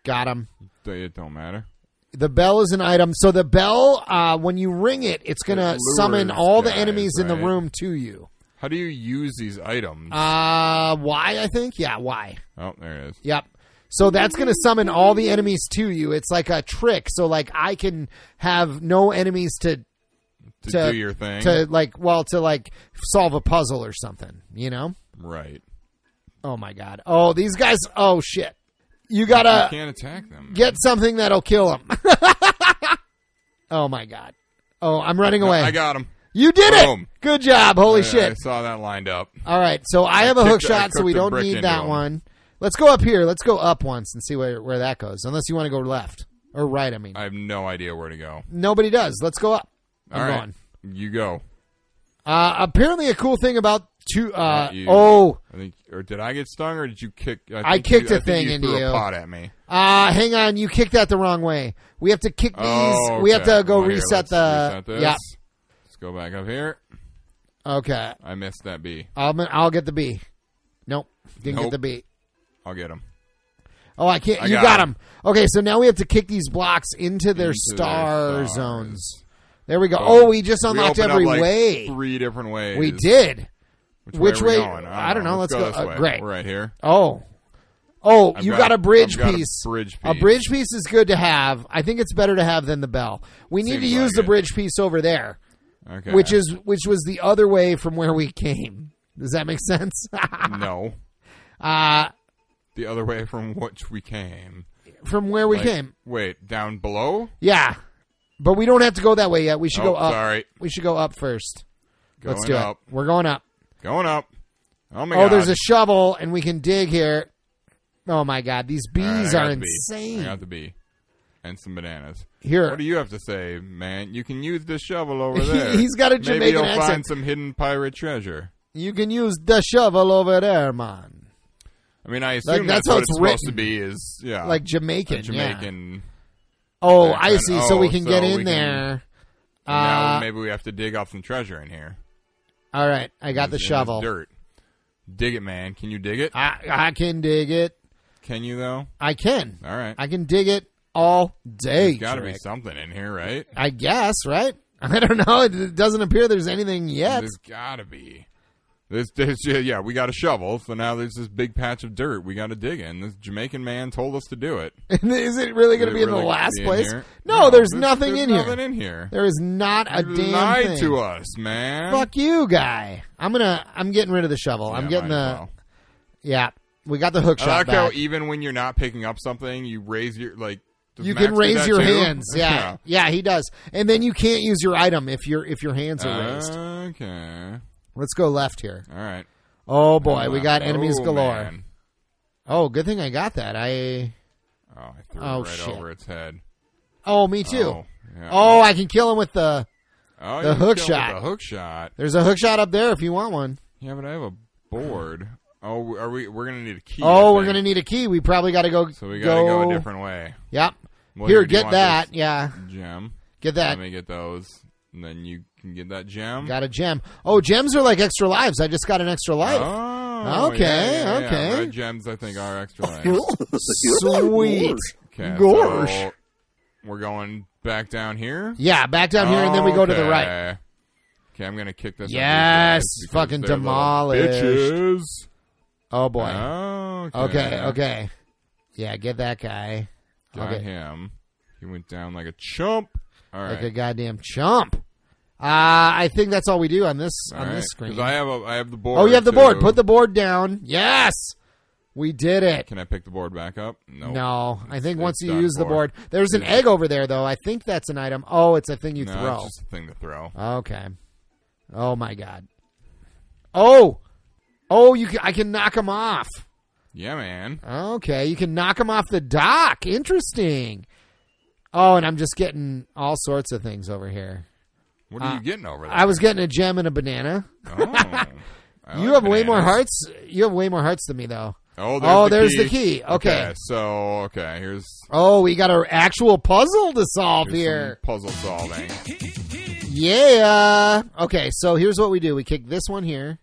A: Got him.
B: It don't matter.
A: The bell is an item. So the bell, uh, when you ring it, it's gonna
B: It
A: summon
B: lures
A: all the
B: guys,
A: enemies in the
B: right?
A: room to you.
B: How do you use these items?
A: Uh, why? I think. Yeah, why?
B: oh, there it is.
A: Yep. So that's going to summon all the enemies to you. It's like a trick. So like I can have no enemies to
B: To,
A: to-
B: do your thing.
A: to like well to like solve a puzzle or something. You know?
B: right.
A: Oh my god. Oh these guys. Oh shit. You
B: You
A: gotta
B: can't attack them.
A: get something that'll kill them. [laughs] oh my god. Oh, I'm running away.
B: I got him.
A: you did
B: Boom.
A: it. Good job. Holy shit.
B: I saw that lined up.
A: All right, so I have a
B: kicked-
A: hook
B: I
A: shot, so
B: cooked
A: we
B: a
A: don't
B: brick
A: need
B: into
A: that
B: him.
A: one. Let's go up here. Let's go up once and see where, where that goes. Unless you want to go left or right. I mean,
B: I have no idea where to go.
A: nobody does. Let's go up. I'm
B: All right.
A: going.
B: You go.
A: Uh, apparently, a cool thing about two. Uh,
B: Not you.
A: oh,
B: I think, or did I get stung, or did you kick?
A: I
B: think you-
A: kicked a
B: I think
A: thing
B: you
A: into
B: threw
A: you.
B: A pot at me.
A: uh, hang on, you kicked that the wrong way. We have to kick these.
B: Oh,
A: We have
B: okay.
A: to go
B: Well, here,
A: reset
B: let's
A: the.
B: reset this.
A: Yeah.
B: Let's go back up here.
A: Okay.
B: I missed that B.
A: I'll I'll get the B. Nope. Didn't get
B: Nope.
A: the B.
B: I'll get him.
A: Oh, I can't.
B: I
A: you
B: got
A: got
B: him.
A: him. Okay, so now we have to kick these blocks into their
B: Into
A: star
B: their stars.
A: zones. There we go.
B: Boom.
A: Oh, we just
B: We
A: unlocked
B: opened up,
A: every
B: like,
A: way.
B: Three different ways.
A: We did. which
B: are we
A: way-
B: going?
A: I don't know. Let's go-
B: this
A: uh,
B: way.
A: great.
B: We're right here.
A: Oh. Oh,
B: I've
A: you got,
B: got-
A: a bridge
B: I've got a
A: piece.
B: bridge
A: A
B: piece.
A: bridge piece is good to have. I think it's better to have than the bell. We need
B: Seems
A: to use
B: like
A: the
B: it.
A: bridge piece over there,
B: Okay.
A: which is which was the other way from where we came. Does that make sense? [laughs]
B: no.
A: uh,
B: The other way from which we came.
A: from where we
B: Like,
A: came.
B: Wait, down below?
A: Yeah. But we don't have to go that way yet. We should
B: oh,
A: go up.
B: sorry.
A: We should go up first.
B: Going
A: Let's do
B: up.
A: it. We're going up.
B: Going up. Oh my
A: Oh,
B: god.
A: there's a shovel and we can dig here. Oh my god, these
B: All right, I
A: bees
B: got
A: are
B: the bee. I
A: insane.
B: got the bee. And some bananas.
A: Here.
B: What do you have to say, man? You can use the shovel
A: [laughs]
B: over
A: He-
B: there.
A: he's got a Jamaican
B: Maybe you'll
A: accent.
B: find some hidden pirate treasure.
A: You can use the shovel over there, man.
B: I mean, I assume
A: Like, that's
B: that's,
A: how
B: what
A: it's
B: it's, supposed to
A: written.
B: be. Is yeah,
A: Like
B: a
A: Jamaican. yeah.
B: Uh, Jamaican.
A: Oh, I
B: accent.
A: see. so
B: Oh,
A: we can
B: so
A: get
B: we
A: in
B: can-
A: there.
B: and now
A: Uh,
B: maybe we have to dig up some treasure in here.
A: all right, I got
B: In
A: the
B: this
A: shovel.
B: Dirt. Dig it, man. Can you dig it?
A: I, I can dig it.
B: Can you though?
A: I can.
B: All right.
A: I can dig it all day.
B: There's got to be
A: Drake.
B: something in here, right?
A: I guess, right? [laughs] I don't know. It- It doesn't appear there's anything yet.
B: There's got to be. There's, there's, yeah, we got a shovel, so now there's this big patch of dirt we got to dig in. This Jamaican man told us to do it.
A: [laughs] Is it really going to be
B: Is it
A: in the
B: really
A: last
B: gonna be in
A: place?
B: here?
A: No, there's, nothing
B: there's
A: in
B: nothing
A: here.
B: in here.
A: There is not a
B: You
A: damn
B: lied
A: thing.
B: to us, man.
A: Fuck you, guy. I'm gonna. I'm getting rid of the shovel. I'm
B: Yeah,
A: getting the.
B: might as well.
A: Yeah, we got the hook
B: I
A: shot
B: like
A: back.
B: how even when you're not picking up something, you raise your like. does
A: you
B: Max
A: can
B: do
A: raise
B: that
A: your
B: too?
A: hands. Yeah. yeah, he does. And then you can't use your item if your if your hands are
B: Uh,
A: raised.
B: Okay.
A: Let's go left here.
B: All right.
A: Oh boy, we got
B: Oh,
A: enemies galore.
B: man.
A: Oh, good thing I got that. I
B: Oh, I threw
A: Oh,
B: it right
A: shit.
B: over its head.
A: oh me too.
B: Oh,
A: Oh,
B: yeah.
A: I can kill him with the.
B: Oh, you
A: the
B: can
A: hook
B: kill with
A: shot.
B: The hook shot.
A: There's a hook shot up there if you want one.
B: Yeah, but I have a board. Oh, are we? We're gonna need a key.
A: Oh,
B: I
A: we're
B: think.
A: gonna need a key. We probably got to go.
B: So we gotta go, a different way.
A: Yep.
B: Well,
A: Here,
B: do you
A: get
B: want
A: that. Yeah,
B: this gem.
A: get that.
B: Let me get those, and then you can get that gem.
A: Got a gem. Oh, gems are like extra lives. I just got an extra life.
B: Oh, Oh,
A: Okay,
B: yeah, yeah, yeah.
A: okay.
B: Red gems, I think, are extra nice.
A: Sweet.
B: Okay,
A: Gorsh.
B: so we're going back down here.
A: Yeah, back down here and then we go to the right.
B: Okay. Okay, I'm gonna kick this. up these
A: Yes,
B: guys because
A: fucking
B: they're little
A: demolished.
B: Bitches.
A: Oh boy.
B: Oh,
A: okay, okay. Yeah, get that guy.
B: Got
A: okay.
B: him. He went down like a chump. All right.
A: Like a goddamn chump. Uh, I think that's all we do on this
B: All
A: on
B: right.
A: this screen.
B: 'Cause I have a, I have the board.
A: oh, you have the board.
B: too.
A: Put the board down. Yes, we did it.
B: Can I pick the board back up? No.
A: No, I think
B: It's
A: once you
B: done
A: use the
B: for.
A: board, there's an egg over there though. I think that's an item. Oh, it's a thing you
B: No,
A: throw.
B: it's just a thing to throw.
A: Okay. Oh my god. Oh, oh, you can, I can knock him off.
B: Yeah, man.
A: Okay, you can knock him off the dock. Interesting. Oh, and I'm just getting all sorts of things over here.
B: What are
A: Uh,
B: you getting over there?
A: I was getting a gem and a banana. [laughs]
B: Oh, I
A: you
B: like
A: have way more hearts.
B: bananas.
A: You have way more hearts than me, though.
B: Oh, there's,
A: Oh,
B: the,
A: there's
B: key.
A: the key. Okay.
B: So, okay, here's,
A: Oh, we got an actual puzzle to solve
B: here's
A: here.
B: some puzzle solving.
A: Yeah. Okay, so here's what we do: we kick this one here,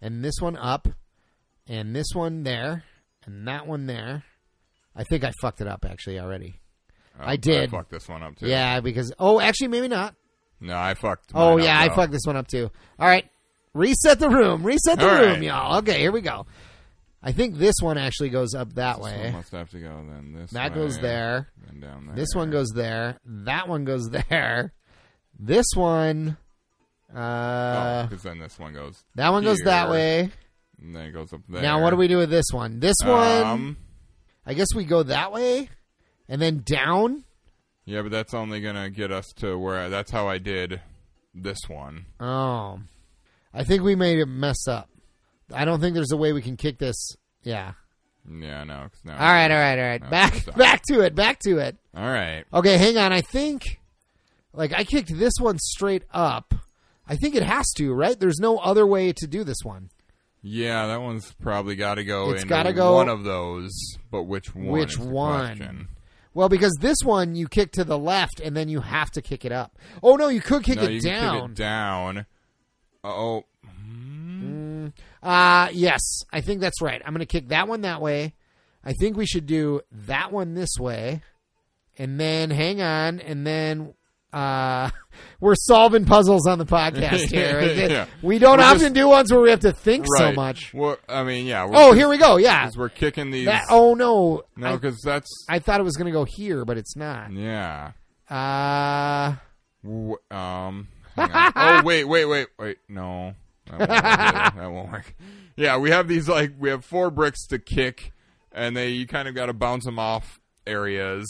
A: and this one up, and this one there, and that one there. I think I fucked it up actually already.
B: Oh,
A: I did.
B: I fucked this one up too.
A: Yeah, because oh, actually maybe not.
B: No, I fucked.
A: Oh
B: mine
A: yeah,
B: up,
A: I
B: though.
A: fucked this one up too. All right, reset the room. Reset the
B: All
A: room,
B: right.
A: y'all. Okay, here we go. I think this one actually goes up that
B: This
A: way.
B: one must have to go then. This
A: That goes
B: way,
A: there.
B: Then down there.
A: This one goes there. That one goes [laughs] there. This one. Uh,
B: Because Oh, then this one goes.
A: that one goes that
B: here.
A: way.
B: And then it goes up there.
A: Now what do we do with this one? This one,
B: Um,
A: I guess we go that way, and then down.
B: yeah, but that's only gonna get us to where. That's how I did this one.
A: Oh, I think we made a mess up. I don't think there's a way we can kick this. Yeah.
B: Yeah, no. 'cause now
A: All right. All right. All right.
B: No,
A: Back. [laughs]
B: stop.
A: Back to it. Back to it.
B: All right.
A: Okay. Hang on. I think, like, I kicked this one straight up. I think it has to, right? There's no other way to do this one.
B: Yeah, that one's probably got to go.
A: It's
B: in
A: gotta go-
B: one of those, but which one?
A: Which
B: is the
A: one?
B: question.
A: Well, because this one you kick to the left and then you have to kick it up. Oh no, you could kick
B: no,
A: it
B: you
A: down.
B: Can kick it down. Oh,
A: Uh yes, I think that's right. I'm going to kick that one that way. I think we should do that one this way. And then hang on and then uh [laughs] we're solving puzzles on the podcast here.
B: [laughs] Yeah.
A: We don't
B: We're
A: often
B: just-
A: do ones where we have to think
B: right.
A: so much.
B: Well, I mean, yeah. We're,
A: Oh, here we go. Yeah.
B: 'cause [laughs] we're kicking these.
A: That oh no.
B: no, because that's
A: I, I thought it was going to go here, but it's not.
B: yeah.
A: Uh
B: W-
A: [laughs]
B: um. hang on. oh wait, wait, wait, wait. No, that won't, work.
A: [laughs]
B: either. that won't work. Yeah, we have these like we have four bricks to kick, and they you kind of got to bounce them off areas.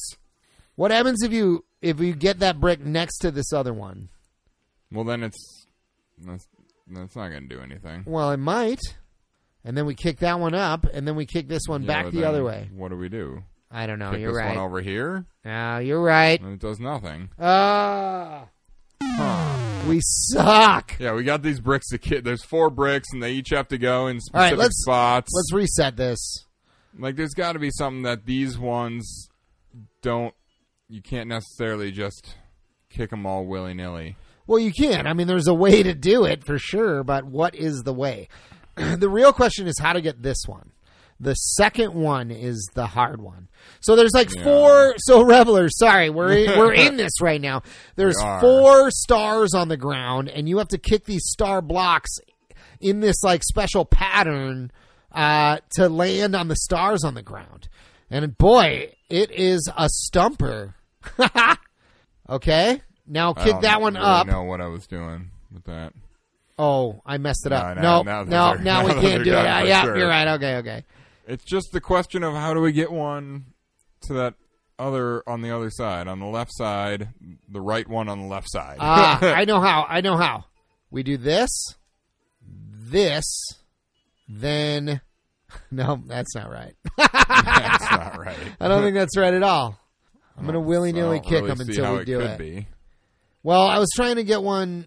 A: what happens if you if you get that brick next to this other one?
B: Well, then it's that's that's not gonna do anything.
A: Well, it might. And then we kick that one up, and then we kick this one
B: Yeah,
A: back
B: but
A: the
B: then
A: other way.
B: What do we do?
A: I don't know.
B: Kick
A: you're
B: this one
A: right.
B: over here,
A: No, you're right.
B: and it does nothing.
A: Ah, we suck.
B: Yeah, we got these bricks to kick. There's four bricks, and they each have to go in
A: All right,
B: specific
A: let's-
B: spots.
A: Let's reset this.
B: Like, there's got to be something that these ones don't. You can't necessarily just kick them all willy nilly.
A: Well, you can. I mean, there's a way to do it for sure, but what is the way? [clears throat] the real question is how to get this one. The second one is the hard one. So there's like
B: Yeah.
A: four. So revelers, sorry, we're
B: [laughs]
A: in, we're in this right now. There's
B: We are.
A: four stars on the ground, and you have to kick these star blocks in this like special pattern uh, to land on the stars on the ground. And boy, it is a stumper. [laughs] okay, now kick that one
B: I
A: up.
B: don't really know what I was doing with that.
A: Oh, I messed it up. No, no, no,
B: No, no, now they're- [laughs]
A: now we
B: now
A: can't
B: they're
A: do it.
B: done
A: Uh,
B: for
A: yeah,
B: sure.
A: you're right. Okay, okay.
B: It's just the question of how do we get one to that other on the other side, on the left side, the right one on the left side. [laughs]
A: Ah, I know how. I know how. We do this, this, then. [laughs] No, that's not right.
B: That's
A: [laughs]
B: not right.
A: I don't think that's right at all. I'm gonna willy nilly
B: I don't
A: kick
B: really
A: them
B: see
A: until
B: how
A: we
B: it
A: do
B: could
A: it.
B: be.
A: Well, I was trying to get one.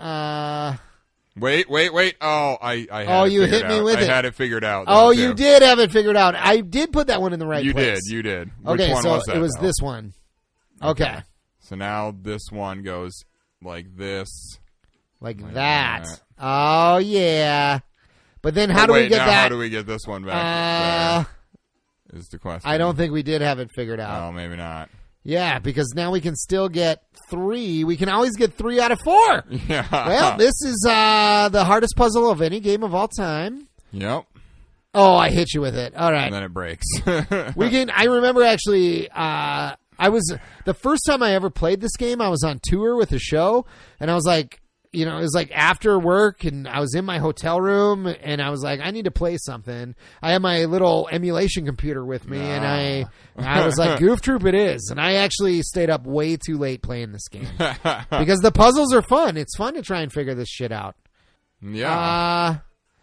A: Uh,
B: Wait, wait, wait. Oh, I, I had
A: Oh,
B: it
A: you
B: figured
A: hit me
B: out.
A: with
B: I
A: it.
B: had it figured out. though,
A: oh,
B: too.
A: you did have it figured out. I did put that one in the right
B: You
A: place.
B: did. You did. Which
A: okay,
B: one
A: so
B: was that,
A: it was
B: though?
A: this one. Okay,
B: Okay. So now this one goes like this.
A: like
B: Like
A: that.
B: that.
A: Oh yeah, But then how
B: Oh,
A: do
B: wait,
A: we get
B: now
A: that?
B: How do we get this one
A: uh,
B: back? There is the question.
A: I don't think we did have it figured out.
B: Oh, maybe not. [laughs]
A: Yeah, because now we can still get three. We can always get three out of four.
B: Yeah.
A: Well, this is uh, the hardest puzzle of any game of all time.
B: Yep.
A: Oh, I hit you with it. All right.
B: And then it breaks. [laughs]
A: We can. I remember actually. Uh, I was the first time I ever played this game. I was on tour with a show, and I was like, you know, it was like after work, and I was in my hotel room, and I was like, I need to play something. I had my little emulation computer with me, and I, I was like, Goof Troop, it is. And I actually stayed up way too late playing this game because the puzzles are fun. It's fun to try and figure this shit out.
B: yeah.
A: Uh,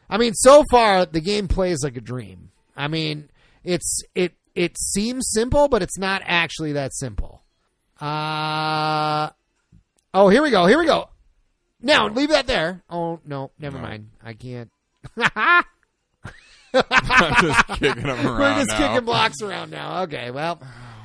A: I mean, so far the game plays like a dream. I mean, it's it it seems simple, but it's not actually that simple. Uh, oh, here we go. Here we go. Now leave that there. Oh no, never
B: No.
A: mind. I can't.
B: [laughs] I'm just kicking them
A: [laughs]
B: around.
A: We're just
B: now.
A: kicking blocks around now. Okay, well,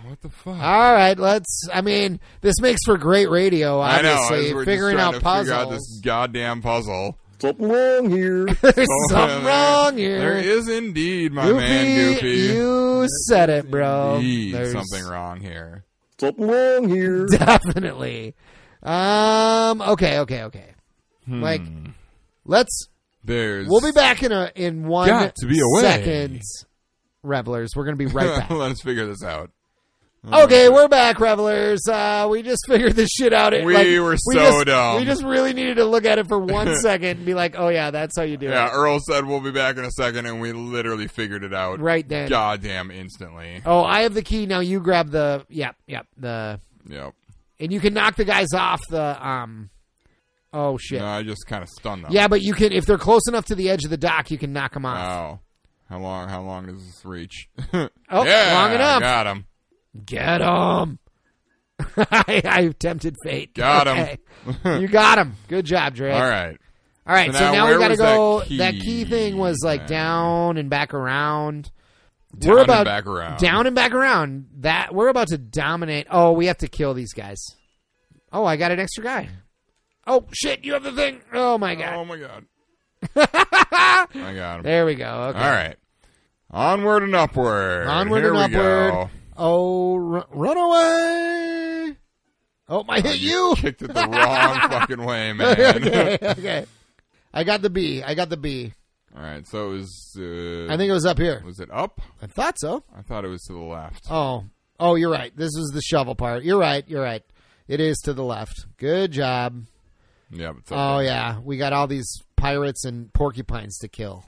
B: What the fuck?
A: all right. Let's. I mean, this makes for great radio.
B: I know.
A: Obviously,
B: as we're just
A: figuring
B: trying
A: out
B: to
A: puzzles.
B: Figure out this goddamn puzzle.
C: Something wrong here.
A: There's
B: [laughs]
A: something wrong here.
B: There is indeed, my
A: Goofy,
B: man, Goofy.
A: you said it, bro.
B: Indeed
A: There's
B: something wrong here.
C: Something wrong
A: [laughs]
C: here.
A: Definitely. Um. Okay. Okay. Okay.
B: Hmm.
A: Like, let's.
B: There's.
A: We'll
B: [laughs]
A: be back in a in one
B: Got to be a way.
A: second, revelers. We're gonna be right back. [laughs]
B: [laughs] Let's figure this out.
A: okay, we're back, revelers. Uh, we just [laughs] figured this shit out. It,
B: We
A: like,
B: were so
A: just,
B: dumb.
A: We just really needed to look at it for
B: [laughs]
A: one second and be like, "Oh yeah, that's how you do
B: Yeah,
A: it."
B: Earl said we'll be back in a second, and we literally figured it out.
A: Right then.
B: Goddamn instantly.
A: Oh, I have the key now. You grab the. Yep. Yep. The
B: Yep.
A: and you can knock the guys off the um oh shit
B: No, I just kind of stunned them.
A: yeah but you can if they're close enough to the edge of the dock you can knock them off
B: Wow. How long? How long does this reach? [laughs]
A: Oh,
B: yeah,
A: long enough.
B: Got him.
A: get them [laughs] I, I tempted fate
B: Got 'em.
A: Okay. you got him good job Drake
B: All right.
A: all right
B: So
A: so,
B: now
A: now,
B: where
A: we gotta
B: was
A: go
B: that key?
A: thing was like down and back around
B: Down
A: we're
B: and
A: about
B: back around.
A: down and back around that we're about to dominate oh we have to kill these guys oh I got an extra guy oh shit you have the thing oh my god
B: Oh
A: [laughs]
B: my god. I got him.
A: there we go okay
B: All right. Onward and upward.
A: Onward
B: Here
A: and
B: we
A: upward.
B: Go.
A: Oh, run, run away! Oh, I hit you. [laughs]
B: Kicked it the wrong fucking way, man.
A: okay, okay. I got the B. I got the B.
B: All right. So it was. Uh,
A: I think it was up here.
B: Was it up?
A: I thought so.
B: I thought it was to the left.
A: Oh, oh, you're right. This was the shovel part. You're right. You're right. It is to the left. Good job.
B: Yeah, but it's up
A: Oh yeah, we got all these pirates and porcupines to kill.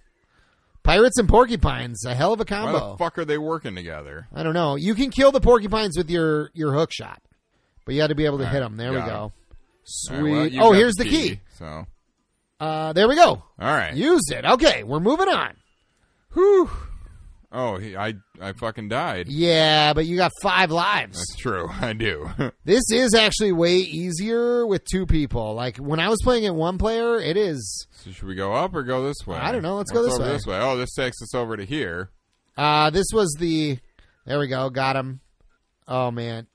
A: Pirates and porcupines, a hell of a
B: there. Why
A: combo.
B: the fuck are they working together?
A: I don't know. You can kill the porcupines with your your hook shot, but you had to be able to hit 'em. hit them. There we
B: got
A: go.
B: All
A: Sweet.
B: right, well, you've
A: oh,
B: got
A: here's the key.
B: So, all
A: Uh, there we go.
B: right.
A: Used it. Okay, we're moving on.
B: Whew. Oh, he, I I fucking died.
A: Yeah, but you got five lives.
B: That's true. [laughs] I do.
A: This is actually way easier with two people. Like when I was playing it one player, it is.
B: so should we go up or go this way?
A: I don't know. Let's go
B: What's
A: this
B: over
A: way.
B: This way. Oh, this takes us over to here.
A: Uh, this was the. There we go. Got him. Oh man.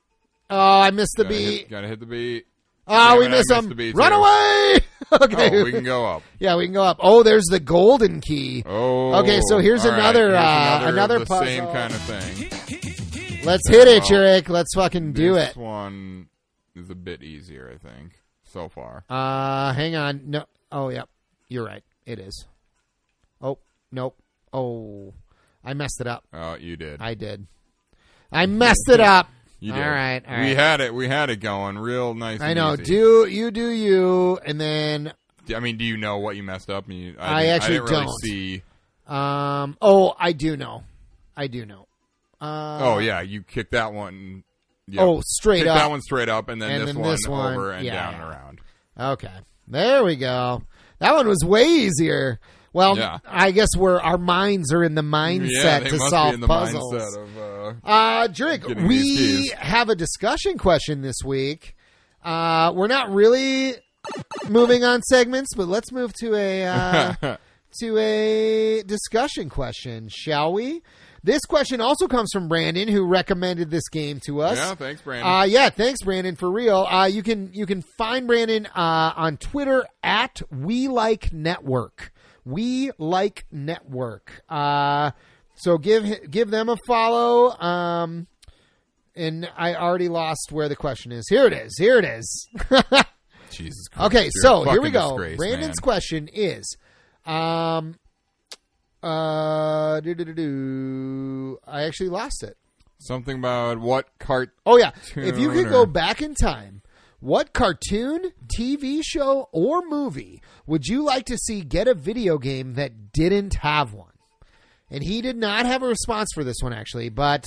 A: Oh, I missed the
B: gotta
A: B.
B: Hit, gotta hit
A: [laughs]
B: the beat.
A: Oh, we
B: Damn it, I
A: missed
B: missed
A: him.
B: the B,
A: Run
B: too.
A: away. [laughs] okay.
B: Oh, we can go up.
A: yeah, we can go up. Oh, there's the golden key.
B: Oh.
A: Okay, so here's
B: all right,
A: another,
B: here's
A: uh,
B: another,
A: another
B: the same
A: puzzle.
B: kind of thing.
A: Let's hit it,
B: Oh.
A: Jerick. Let's fucking do
B: this
A: it.
B: one is a bit easier, I think, so far.
A: Uh, hang on. No. Oh, yeah. You're right. It is. Oh, nope. Oh, I messed it up.
B: Oh, you did.
A: I did. I messed it up.
B: you
A: all
B: did.
A: right, all
B: We
A: right.
B: had it. We had it going real nice.
A: I
B: and
A: know.
B: easy.
A: Do you do you? And then,
B: I mean, do you know what you messed up? I, mean,
A: I
B: didn't-
A: actually
B: I didn't really
A: don't.
B: see.
A: um. Oh, I do know. I do know. Uh,
B: Oh yeah, you kicked that one. Yeah.
A: Oh, straight
B: kicked
A: up.
B: that one straight up, and then,
A: And
B: this,
A: then
B: one
A: this one,
B: over and
A: yeah,
B: down
A: yeah.
B: and around.
A: Okay. There we go. That one was way easier. Well,
B: Yeah.
A: I guess we're our minds are in the
B: yeah,
A: mindset
B: they
A: to
B: must
A: solve
B: be in the
A: puzzles.
B: mindset of. Uh,
A: Uh, Drake,
B: Getting these
A: we
B: keys.
A: have a discussion question this week. Uh, we're not really moving on segments, but let's move to a uh,
B: [laughs]
A: to a discussion question, shall we? This question also comes from Brandon, who recommended this game to us.
B: yeah, thanks, Brandon.
A: Uh, yeah, thanks, Brandon, for real. Uh, you can you can find Brandon uh, on Twitter at We Like Network. We Like Network. Uh, so give give them a follow. Um, and I already lost where the question is. Here it is. Here it
B: [laughs]
A: is.
B: Jesus Christ.
A: Okay,
B: you're
A: so
B: a
A: here we
B: fucking
A: go.
B: disgrace,
A: Brandon's
B: man.
A: question is, um, uh, do do do do. I actually lost it.
B: Something about what cart.
A: Oh yeah, if you could go
B: Tuner.
A: back in time, what cartoon, TV show, or movie would you like to see get a video game that didn't have one? And he did not have a response for this one actually, but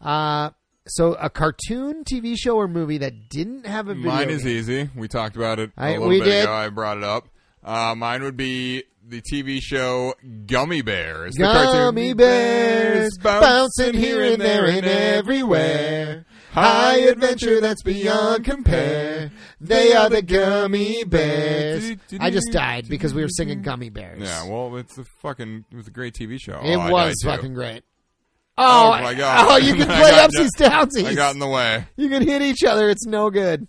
A: uh, so a cartoon, TV show, or movie that didn't have a video.
B: Mine is
A: game.
B: easy. We talked about it a
A: I-
B: little
A: we
B: bit
A: did.
B: ago. I brought it up. Uh, mine would be the TV show Gummy Bears. the cartoon.
A: Gummy bears bouncing here and there and everywhere. High adventure that's beyond compare. They are the gummy bears. I just died because we were singing gummy bears.
B: Yeah, well, it's a fucking. It was a great TV show.
A: it
B: Oh, I
A: was
B: died too.
A: fucking great. Oh,
B: my God. [laughs]
A: Oh, you can
B: I
A: play
B: got
A: upsies
B: ju-
A: downsies.
B: I got in the way.
A: you can hit each other. It's no good.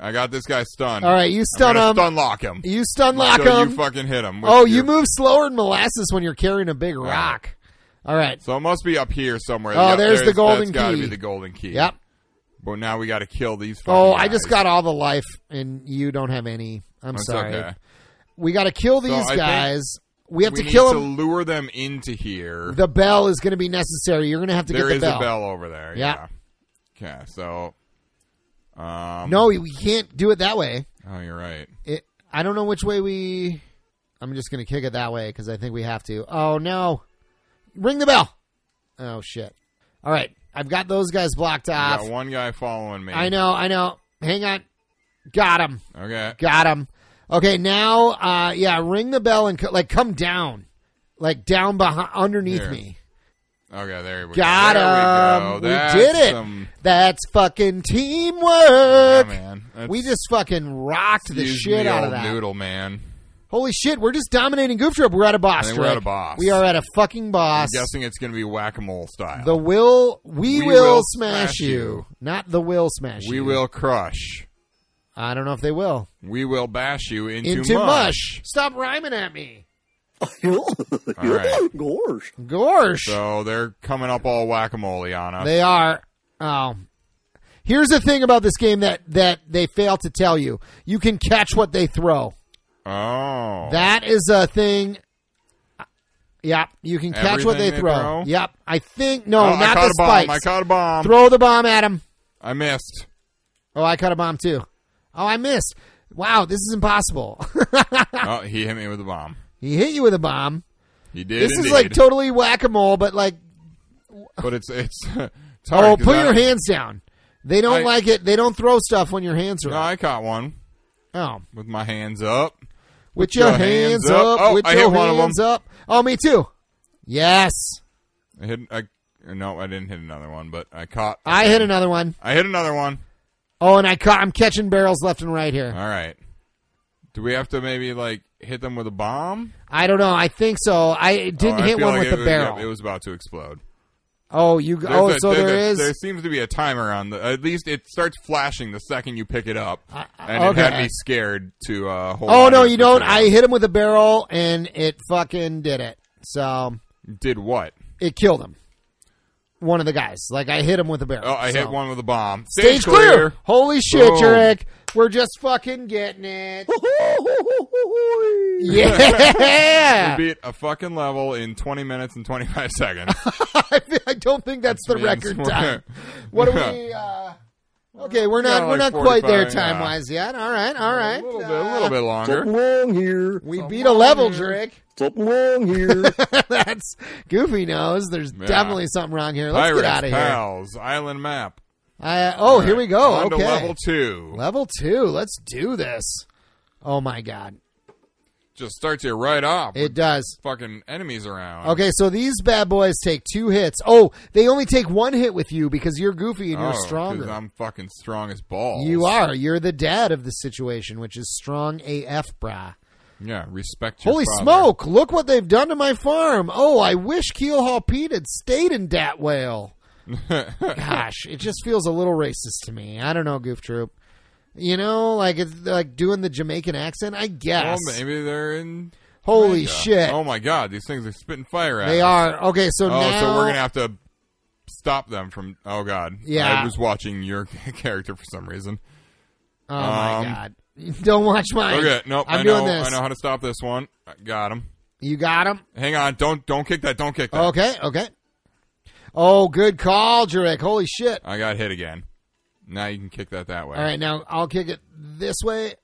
B: I got this guy stunned.
A: All right, you
B: I'm
A: stun
B: gonna
A: him.
B: stun lock him.
A: You stun lock
B: Until
A: him.
B: You fucking hit him. with
A: oh, you
B: your-
A: move slower than molasses when you're carrying a big rock. All right.
B: So it must be up here somewhere.
A: Oh, there's the golden
B: That's got to
A: key.
B: be the golden key.
A: Yep.
B: But now we got to kill these. Fucking
A: Oh, I just
B: guys.
A: got all the life, and you don't have any. I'm
B: That's
A: sorry.
B: okay.
A: We got to kill these
B: I think
A: guys. We have
B: we
A: to
B: need
A: kill
B: to
A: them.
B: lure them into here.
A: The bell is going to be necessary. You're going to have to
B: There
A: get the
B: is
A: bell.
B: a bell over there.
A: Yeah.
B: Yeah. Okay. So. Um,
A: No, we can't do it that way.
B: Oh, you're right.
A: It, I don't know which way we. I'm just going to kick it that way because I think we have to. Oh no! Ring the bell. Oh shit! All right, I've got those guys blocked
B: I
A: off.
B: got one guy following me.
A: Ah. I know. I know. Hang on. Got him.
B: Okay.
A: Got him. Okay, now, uh, yeah, ring the bell and co- like come down, like down behind underneath
B: Here.
A: me.
B: Okay. There we
A: Got
B: go. There
A: him.
B: we go.
A: We
B: That's
A: did it.
B: some-
A: That's fucking
B: Yeah,
A: teamwork.
B: man. That's-
A: we just fucking rocked the
B: excuse
A: shit
B: me,
A: out of
B: old
A: that.
B: Noodle man.
A: Holy shit, we're just dominating Goof Trip. We're at a boss.
B: I think we're at
A: Drake.
B: a boss.
A: We are at a fucking boss.
B: I'm guessing it's going to be whack a mole style.
A: The will we,
B: We
A: will,
B: will
A: smash,
B: smash
A: you.
B: you.
A: Not the will smash
B: we
A: you.
B: will crush.
A: I don't know if they will.
B: We will bash you into,
A: Into mush. Stop rhyming at me.
B: All right.
C: Gorge.
A: Gorsh.
B: So they're coming up all whack a mole on us.
A: They are. Oh. Here's the thing about this game that, that they fail to tell you. You can catch what they throw.
B: oh.
A: That is a thing. uh, Yep, you can catch what they
B: Everything they
A: throw.
B: throw?
A: Yep, I think no,
B: Oh, I
A: not
B: caught
A: the
B: a bomb.
A: spikes.
B: I caught a bomb.
A: Throw the bomb at him. [laughs]
B: I missed.
A: Oh, I caught a bomb too. Oh, I missed. Wow, this is impossible. [laughs]
B: oh, he hit me with a bomb.
A: he hit you with a bomb.
B: He did.
A: This
B: indeed.
A: is like totally whack a mole, but like,
B: but it's it's. [laughs] it's hard
A: oh,
B: 'cause
A: put
B: I-
A: your hands down. They don't
B: I-
A: like it. They don't throw stuff when your hands are.
B: No,
A: up.
B: I caught one
A: Oh,
B: with my hands up.
A: with, your, hands, up.
B: Oh,
A: with
B: I
A: your
B: hit one of
A: hands up. Oh, me too. Yes,
B: I hit. I no, I didn't hit another one, but I caught.
A: I hit another one.
B: I hit another one.
A: Oh, and I caught. I'm catching barrels left and right here.
B: All right. Do we have to maybe like hit them with a bomb?
A: I don't know. I think so. I didn't
B: Oh, I
A: hit
B: feel
A: one
B: like
A: with
B: it
A: the
B: was-
A: barrel.
B: yeah, it was about to explode.
A: oh, you.
B: There's
A: Oh,
B: a-
A: so
B: there's
A: there
B: a-
A: is.
B: There seems to be a timer on the. At least it starts flashing the second you pick it up, and
A: okay.
B: it had me scared to. Uh, hold
A: oh
B: on
A: no,
B: to
A: you
B: the
A: don't.
B: barrel.
A: I hit him with a barrel, and it fucking did it. So
B: did what?
A: it killed him. One of the guys. Like I hit him with a barrel.
B: Oh, I
A: So-
B: hit one with a bomb.
A: Stage clear. Holy shit,
B: Boom.
A: Jarek. We're just fucking getting
B: [laughs]
A: it. yeah.
B: Beat a fucking level in 20 minutes and
A: [laughs]
B: 25 seconds.
A: I I don't think that's the
B: Man,
A: record
B: swear. [laughs]
A: time. What are we? Uh, okay, we're not.
B: Yeah,
A: we're
B: like
A: not quite there
B: 45, yeah.
A: time wise yet. All right. All right.
B: a little bit,
A: Uh,
B: a little bit longer.
C: Something wrong here.
A: We beat a level, Drake.
B: [laughs]
A: [laughs]
C: Something wrong here.
A: That's Goofy knows. There's
B: Yeah.
A: definitely something wrong here. Let's
B: Pirates,
A: get out of here.
B: pals, island map.
A: I, oh, here we go.
B: On
A: okay,
B: to level two.
A: Level two. Let's do this. Oh my god,
B: Just starts you right off. with
A: it does.
B: fucking enemies around.
A: Okay, so these bad boys take two hits. Oh, they only take one hit with you because you're Goofy and
B: Oh,
A: you're
B: 'cause
A: stronger.
B: I'm fucking strong as balls.
A: You are. You're the dad of the situation, which is strong AF, brah.
B: Yeah, respect your
A: Holy
B: father.
A: smoke! Look what they've done to my farm. Oh, I wish Keelhaul Pete had stayed in Dat
B: [laughs]
A: Whale. Gosh, it just feels a little racist to me. I don't know, Goof Troop. You know, like it's like doing the Jamaican accent. I
B: Well,
A: guess.
B: maybe Oh, they're in.
A: Holy
B: Yeah.
A: shit.
B: Oh my god, these things are spitting fire at
A: they
B: us.
A: are. Okay, so
B: Oh,
A: now
B: so we're gonna have to stop them from. Oh god.
A: Yeah.
B: I was watching your [laughs] character for some reason.
A: Oh my
B: Um,
A: god. [laughs] Don't watch mine.
B: Okay, nope.
A: I'm
B: I
A: doing
B: know.
A: this.
B: I know how to stop this one. I got him.
A: You got him?
B: Hang on. Don't don't kick that. Don't kick that.
A: Okay, okay. Oh, good call, Jurek. Holy shit.
B: I got hit again. Now you can kick that that way.
A: All right, now I'll kick it this way.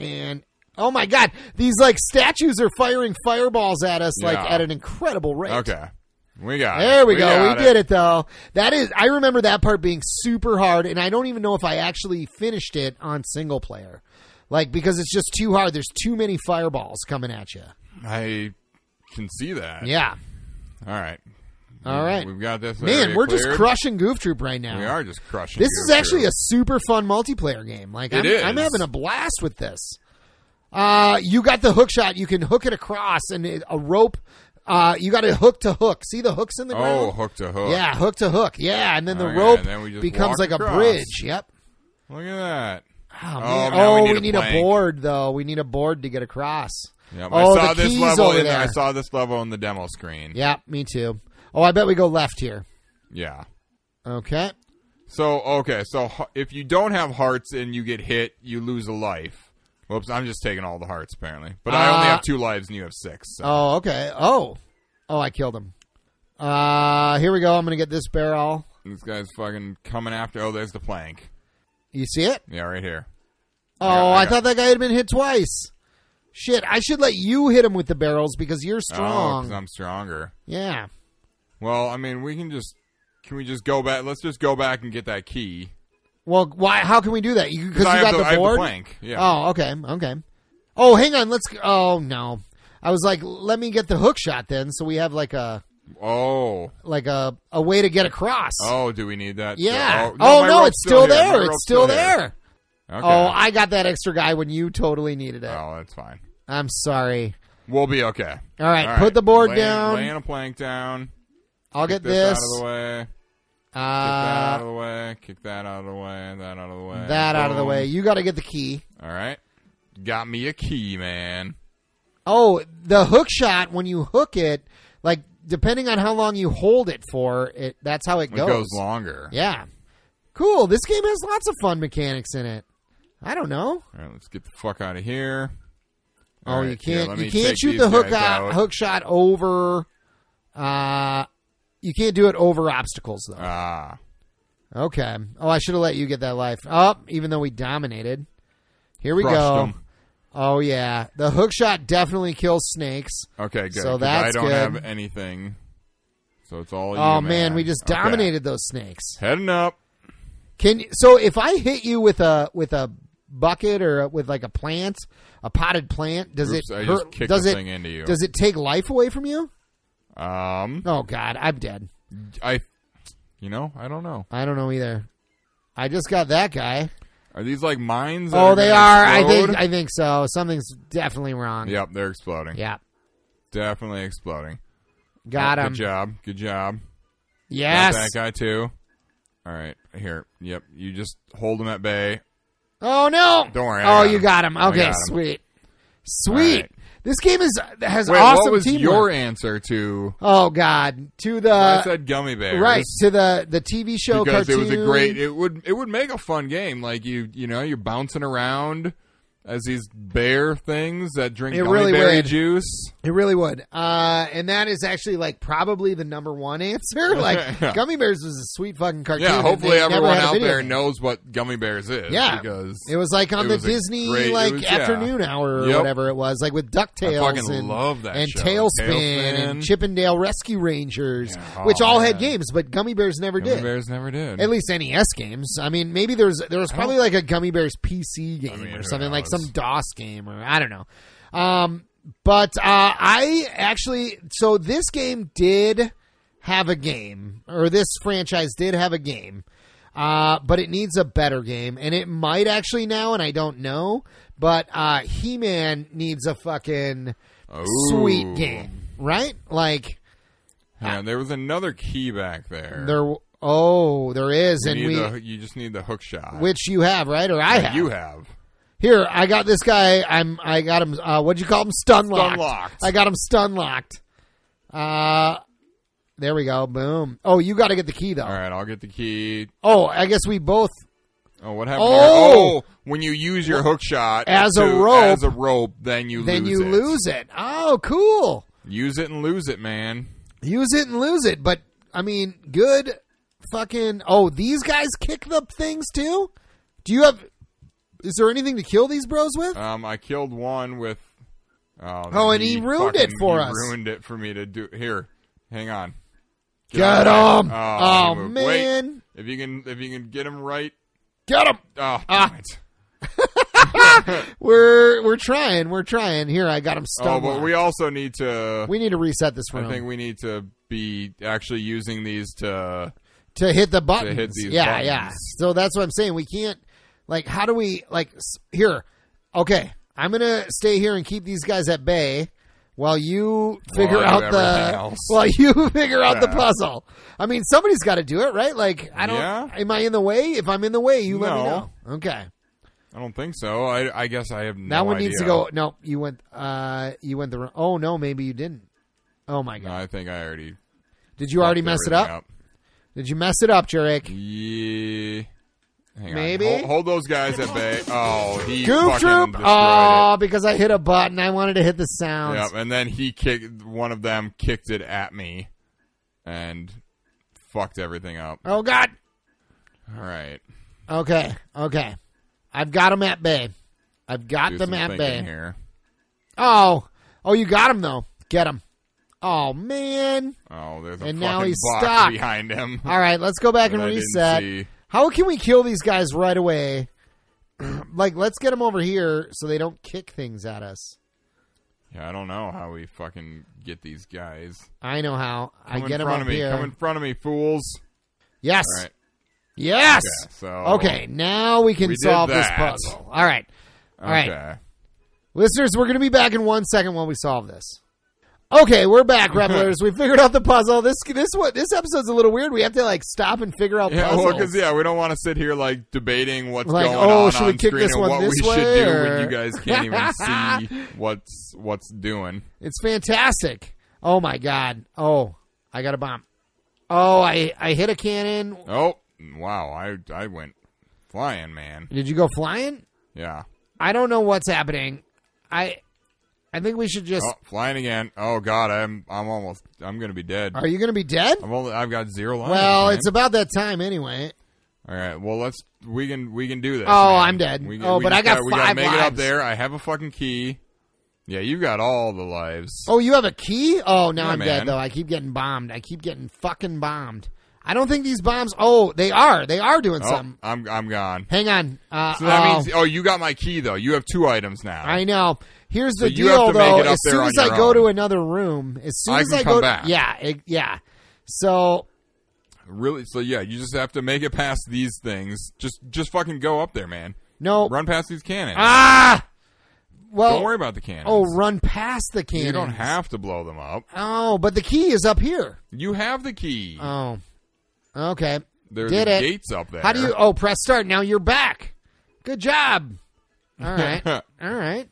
A: And oh my god, these like statues are firing fireballs at us like
B: Yeah.
A: at an incredible rate.
B: Okay. We got. it.
A: There we, go.
B: got
A: We did it though. That is I remember that part being super hard and I don't even know if I actually finished it on single player. Like because it's just too hard. There's too many fireballs coming at you.
B: I can see that.
A: Yeah.
B: All right.
A: All right.
B: We've got this.
A: Man,
B: area
A: we're just
B: cleared.
A: crushing Goof Troop right now.
B: We are just crushing.
A: This
B: you
A: is actually
B: through.
A: a super fun multiplayer game. Like I'm,
B: It is.
A: I'm having a blast with this. Uh, you got the hook shot. You can hook it across and it, a rope. Uh, you got a hook to hook. See the hooks in the
B: Oh,
A: ground?
B: hook to hook.
A: Yeah, hook to hook. Yeah, and then the
B: Okay,
A: rope
B: and then we just
A: becomes
B: walk
A: like a
B: across.
A: bridge. Yep.
B: Look at that.
A: Oh, man.
B: Oh, now we
A: Oh,
B: need
A: we
B: a
A: need, a,
B: plank.
A: board though. We need a board to get across.
B: Yep,
A: oh,
B: I saw
A: the
B: this
A: keys
B: level.
A: over
B: in-
A: there.
B: I saw this level on the demo screen.
A: Yeah, me too. Oh, I bet we go left here.
B: Yeah.
A: Okay.
B: So okay, so h- if you don't have hearts and you get hit, you lose a life. Whoops, I'm just taking all the hearts apparently, but I only
A: Uh,
B: have two lives and you have six. So.
A: Oh, okay. Oh, oh, I killed him. Uh, here we go. I'm gonna get this barrel.
B: This guy's fucking coming after. Oh, there's the plank.
A: You see it?
B: Yeah, right here.
A: Oh,
B: got- I
A: I
B: got-
A: thought that guy had been hit twice. Shit, I should let you hit him with the barrels because you're
B: Oh, 'cause
A: strong.
B: I'm stronger.
A: yeah.
B: Well, I mean, we can just can we just go back? Let's just go back and get that key.
A: Well, why? How can we do that? Because you
B: I
A: got
B: have
A: the,
B: I have
A: board.
B: plank. Yeah.
A: oh, okay, okay. Oh, hang on. Let's. Oh no, I was like, let me get the hook shot then, so we have like a
B: Oh.
A: like a a way to get across.
B: Oh, do we need that?
A: yeah.
B: Oh
A: Oh no,
B: my rope's
A: it's still,
B: here. My
A: there.
B: rope's
A: It's still
B: here.
A: there.
B: Okay.
A: Oh, I got that extra guy when you totally needed it.
B: Oh, that's fine.
A: I'm sorry.
B: We'll be okay.
A: All right,
B: All
A: put the board
B: Laying-
A: down.
B: Laying a plank down.
A: I'll
B: Kick
A: get this.
B: out of the way. Kick that out
A: Uh,
B: of the way. Kick that out of the way. That out of the way.
A: that out of the
B: Boom.
A: way. You got to get the key.
B: All right. Got me a key, man.
A: Oh, the hook shot when you hook it, like depending on how long you hold it for, it that's how it
B: It
A: goes.
B: goes longer.
A: Yeah. Cool. This game has lots of fun mechanics in it. I don't know.
B: All right, let's get the fuck out of here.
A: oh,
B: All right,
A: you
B: here,
A: can't
B: let me
A: you can't
B: take
A: shoot
B: these
A: the hook
B: guys
A: out,
B: out.
A: hook shot over uh you can't do it over obstacles though.
B: Ah.
A: Okay. Oh, I should have let you get that life. Up, even though we dominated. Here we
B: Crushed
A: go.
B: 'em.
A: Oh yeah, the hook shot definitely kills snakes.
B: Okay, good.
A: So
B: 'cause I
A: that's
B: don't
A: good.
B: have anything. So it's all
A: oh
B: you,
A: man. we just
B: Okay.
A: dominated those snakes.
B: Heading up.
A: Can you, so if I hit you with a with a bucket or a, with like a plant, a potted plant, does
B: Oops,
A: it
B: I
A: hurt?
B: just kicked
A: does
B: the
A: it
B: thing into you.
A: does it take life away from you?
B: Um,
A: Oh god, I'm dead.
B: I, you know, I don't know.
A: I don't know either. I just got that guy.
B: Are these like mines? that
A: Oh, they
B: gonna
A: are. I
B: explode?
A: think I think so. Something's definitely wrong.
B: Yep, they're exploding.
A: Yeah.
B: Definitely exploding.
A: Got
B: Yep,
A: him.
B: Good job. Good job.
A: Yes.
B: Got that guy too. All right, here. Yep, you just hold him at bay.
A: Oh no!
B: Don't worry, I
A: Oh,
B: got
A: you
B: him.
A: got him.
B: I
A: Okay,
B: got him.
A: sweet, sweet.
B: All right.
A: This game is has
B: Wait,
A: awesome
B: what was
A: teamwork.
B: your answer to?
A: oh god, to
B: I
A: the
B: said gummy bears.
A: Uh, right to the the TV show
B: Because
A: cartoon.
B: it was a great. It would it would make a fun game. Like you you know you're bouncing around as these bear things that drink
A: It
B: gummy
A: really
B: berry
A: would.
B: juice.
A: It really would. Uh, and that is actually like probably the number one answer. [laughs] Like
B: [laughs] Yeah.
A: Gummy Bears was a sweet fucking cartoon.
B: Yeah,
A: and
B: hopefully
A: they never
B: everyone
A: had a
B: out
A: video
B: there
A: game.
B: knows what gummy bears is.
A: Yeah.
B: because
A: It was like on
B: It
A: the
B: was a
A: Disney
B: great- it
A: like
B: was- yeah.
A: afternoon hour or
B: Yep.
A: whatever it was, like with Ducktales
B: I fucking
A: and,
B: love that
A: and
B: show.
A: Tailspin,
B: Tailspin.
A: and Chippendale Rescue Rangers,
B: Yeah.
A: which
B: Oh,
A: all had
B: man.
A: games, but Gummy Bears never
B: gummy
A: did.
B: bears never did.
A: At least NES games. I mean, maybe there was there was probably like a Gummy Bears PC game
B: mean,
A: or
B: who
A: something like
B: knows?
A: some DOS game or I don't know. Um, but uh, I actually so this game did have a game or this franchise did have a game. Uh, but it needs a better game, and it might actually now, and I don't know. But uh, He Man needs a fucking
B: Ooh.
A: sweet game, right? Like
B: Yeah, Oh. there was another key back there.
A: there, oh, there is,
B: You
A: and
B: need
A: we,
B: the- you just need the hook shot.
A: which you have, right? Or I
B: That
A: have.
B: You have.
A: Here, I got this guy. I'm. I got him. Uh, what'd you call him? Stun
B: Stunlocked.
A: I got him stun locked. Uh, there we go. Boom. Oh, you got to get the key though.
B: All right, I'll get the key.
A: Oh, I guess we both.
B: Oh, what happened?
A: Oh!
B: Oh, when you use your hook shot
A: As a
B: to-
A: rope,
B: as a rope, then you
A: Then
B: lose
A: you
B: it.
A: lose it. Oh, cool.
B: Use it and lose it, man.
A: Use it and lose it. But I mean, good fucking. Oh, these guys kick the things too. Do you have? Is there anything to kill these bros with?
B: Um, I killed one with. Oh,
A: Oh, and he ruined it
B: fucking-
A: for
B: he
A: us.
B: Ruined it for me to do. Here, hang on.
A: Get
B: out of
A: 'em.
B: here.
A: Oh,
B: he moved.
A: man.
B: Wait, if you can, if you can get him right.
A: Get him.
B: Oh,
A: Ah.
B: damn it.
A: We're we're trying. We're trying. Here, I got him
B: oh,
A: stun
B: but
A: locked.
B: we also need to.
A: We need to reset this room
B: I think we need to be actually using these to.
A: to hit the buttons.
B: hit these
A: yeah,
B: buttons.
A: yeah. So that's what I'm saying. We can't like how do we like s- here? Okay, I'm gonna stay here and keep these guys at bay while you figure
B: While I do
A: out [laughs]
B: everything
A: the
B: else.
A: while you figure out the
B: Yeah.
A: puzzle. I mean, somebody's got to do it, right? Like I don't.
B: Yeah.
A: Am I in the way? If I'm in the way, you let me
B: No.
A: know. Okay,
B: I don't think so. I, I guess I have no
A: that one needs to
B: idea.
A: go. No, you went. Uh, you went the. wrong- Oh no, maybe you didn't. Oh my god!
B: No, I think I already.
A: Did you already
B: fucked
A: mess it up?
B: everything
A: Did you mess it up, Jarek?
B: Yeah. Hang on.
A: Maybe?
B: Hold, hold those guys at bay.
A: [laughs]
B: Oh, he
A: Goof
B: fucking
A: Troop.
B: destroyed
A: Oh, because I hit a button. I wanted to hit the
B: it.
A: sounds.
B: Yep, and then he kicked one of them kicked it at me and fucked everything up.
A: Oh God.
B: All right.
A: Okay. Okay. I've got them at bay. I've got
B: Do
A: them
B: some
A: at
B: thinking
A: bay.
B: here.
A: Oh. Oh, you got him though. Get him. Oh man.
B: Oh, there's a
A: And
B: fucking
A: now he's
B: box
A: stuck.
B: behind him.
A: All right. Let's go back
B: [laughs] That
A: and
B: I didn't
A: reset.
B: see.
A: How can we kill these guys right away? [clears throat] like, let's get them over here so they don't kick things at us.
B: Yeah, I don't know how we fucking get these guys.
A: I know how. I
B: Come
A: get them
B: in front
A: up
B: of me.
A: here.
B: Come in front of me, fools.
A: Yes.
B: All right.
A: Yes.
B: Yeah, so
A: Okay. Now we can
B: We did
A: solve this
B: that.
A: puzzle. All right. All right.
B: Okay.
A: Listeners, we're going to be back in one second while we solve this. Okay, we're
B: [laughs]
A: back, revelers. we figured out the puzzle. This this what this episode's a little weird. We have to like stop and figure out
B: Yeah,
A: puzzles.
B: well, because yeah, we don't want to sit here like debating what's
A: Like,
B: going
A: oh,
B: on
A: should we
B: on
A: kick
B: screen
A: this
B: and
A: one
B: what
A: this
B: we should
A: way,
B: do
A: or-
B: when you guys can't
A: [laughs]
B: even see what's what's doing.
A: It's fantastic. Oh my god. Oh, I got a bomb. Oh, I I hit a cannon.
B: Oh, wow! I I went flying, man.
A: Did you go flying?
B: Yeah.
A: I don't know what's happening. I I think we should just
B: Oh, flying again. Oh God, I'm I'm almost I'm gonna be dead.
A: Are you going to be dead?
B: I've only I've got zero lives.
A: Well,
B: man.
A: it's about that time anyway.
B: all right. Well, let's we can we can do this.
A: Oh,
B: man.
A: I'm dead.
B: We,
A: Oh,
B: we
A: but
B: just
A: I got
B: gotta- we gotta
A: five
B: make it up
A: lives.
B: there. I have a fucking key. Yeah, you've got all the lives.
A: Oh, you have a key? Oh, now
B: Yeah,
A: I'm dead
B: man.
A: though. I keep getting bombed. I keep getting fucking bombed. I don't think these bombs. Oh, they are. They are doing
B: Oh,
A: something.
B: I'm I'm gone.
A: Hang on. Uh,
B: So that
A: oh,
B: means oh, you got my key though. You have two items now.
A: I know. Here's the
B: you
A: deal
B: have to make
A: though.
B: it up
A: As
B: there
A: soon
B: on
A: as I
B: your
A: go
B: own.
A: to another room, as soon
B: I
A: as
B: can
A: I go,
B: come back.
A: yeah, it, yeah. So
B: Really? So yeah, you just have to make it past these things. Just just fucking go up there, man.
A: no.
B: Run past these cannons.
A: Ah. Well.
B: Don't worry about the cannons.
A: oh, run past the cannons.
B: you don't have to blow them up.
A: Oh, but the key is up here.
B: You have the key.
A: Oh. Okay.
B: There's
A: did it.
B: gates up there.
A: How do you? Oh, press start. Now you're back. Good job. All
B: [laughs]
A: right. All right.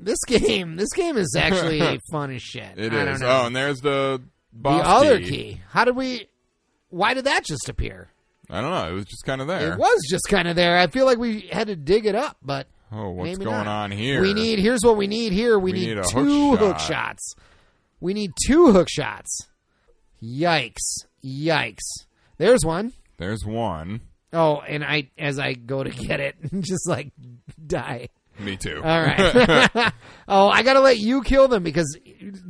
A: This game, this game is
B: [laughs]
A: actually fun as shit.
B: It
A: I Don't
B: is.
A: know.
B: Oh, and there's the
A: the
B: boss
A: other key. How did we? Why did that just appear?
B: I don't know. It was just kind of there.
A: It was just kind of there. I feel like we had to dig it up, but
B: Oh, what's
A: maybe
B: going
A: not.
B: on here?
A: We need. Here's what we need. Here we,
B: We
A: need,
B: need a hook
A: two hook,
B: shot.
A: shots. We need two hook shots. Yikes! Yikes! There's one.
B: There's one.
A: Oh, and I as I go to get it, [laughs] just like die.
B: Me too.
A: All right. [laughs] oh, I gotta let you kill them because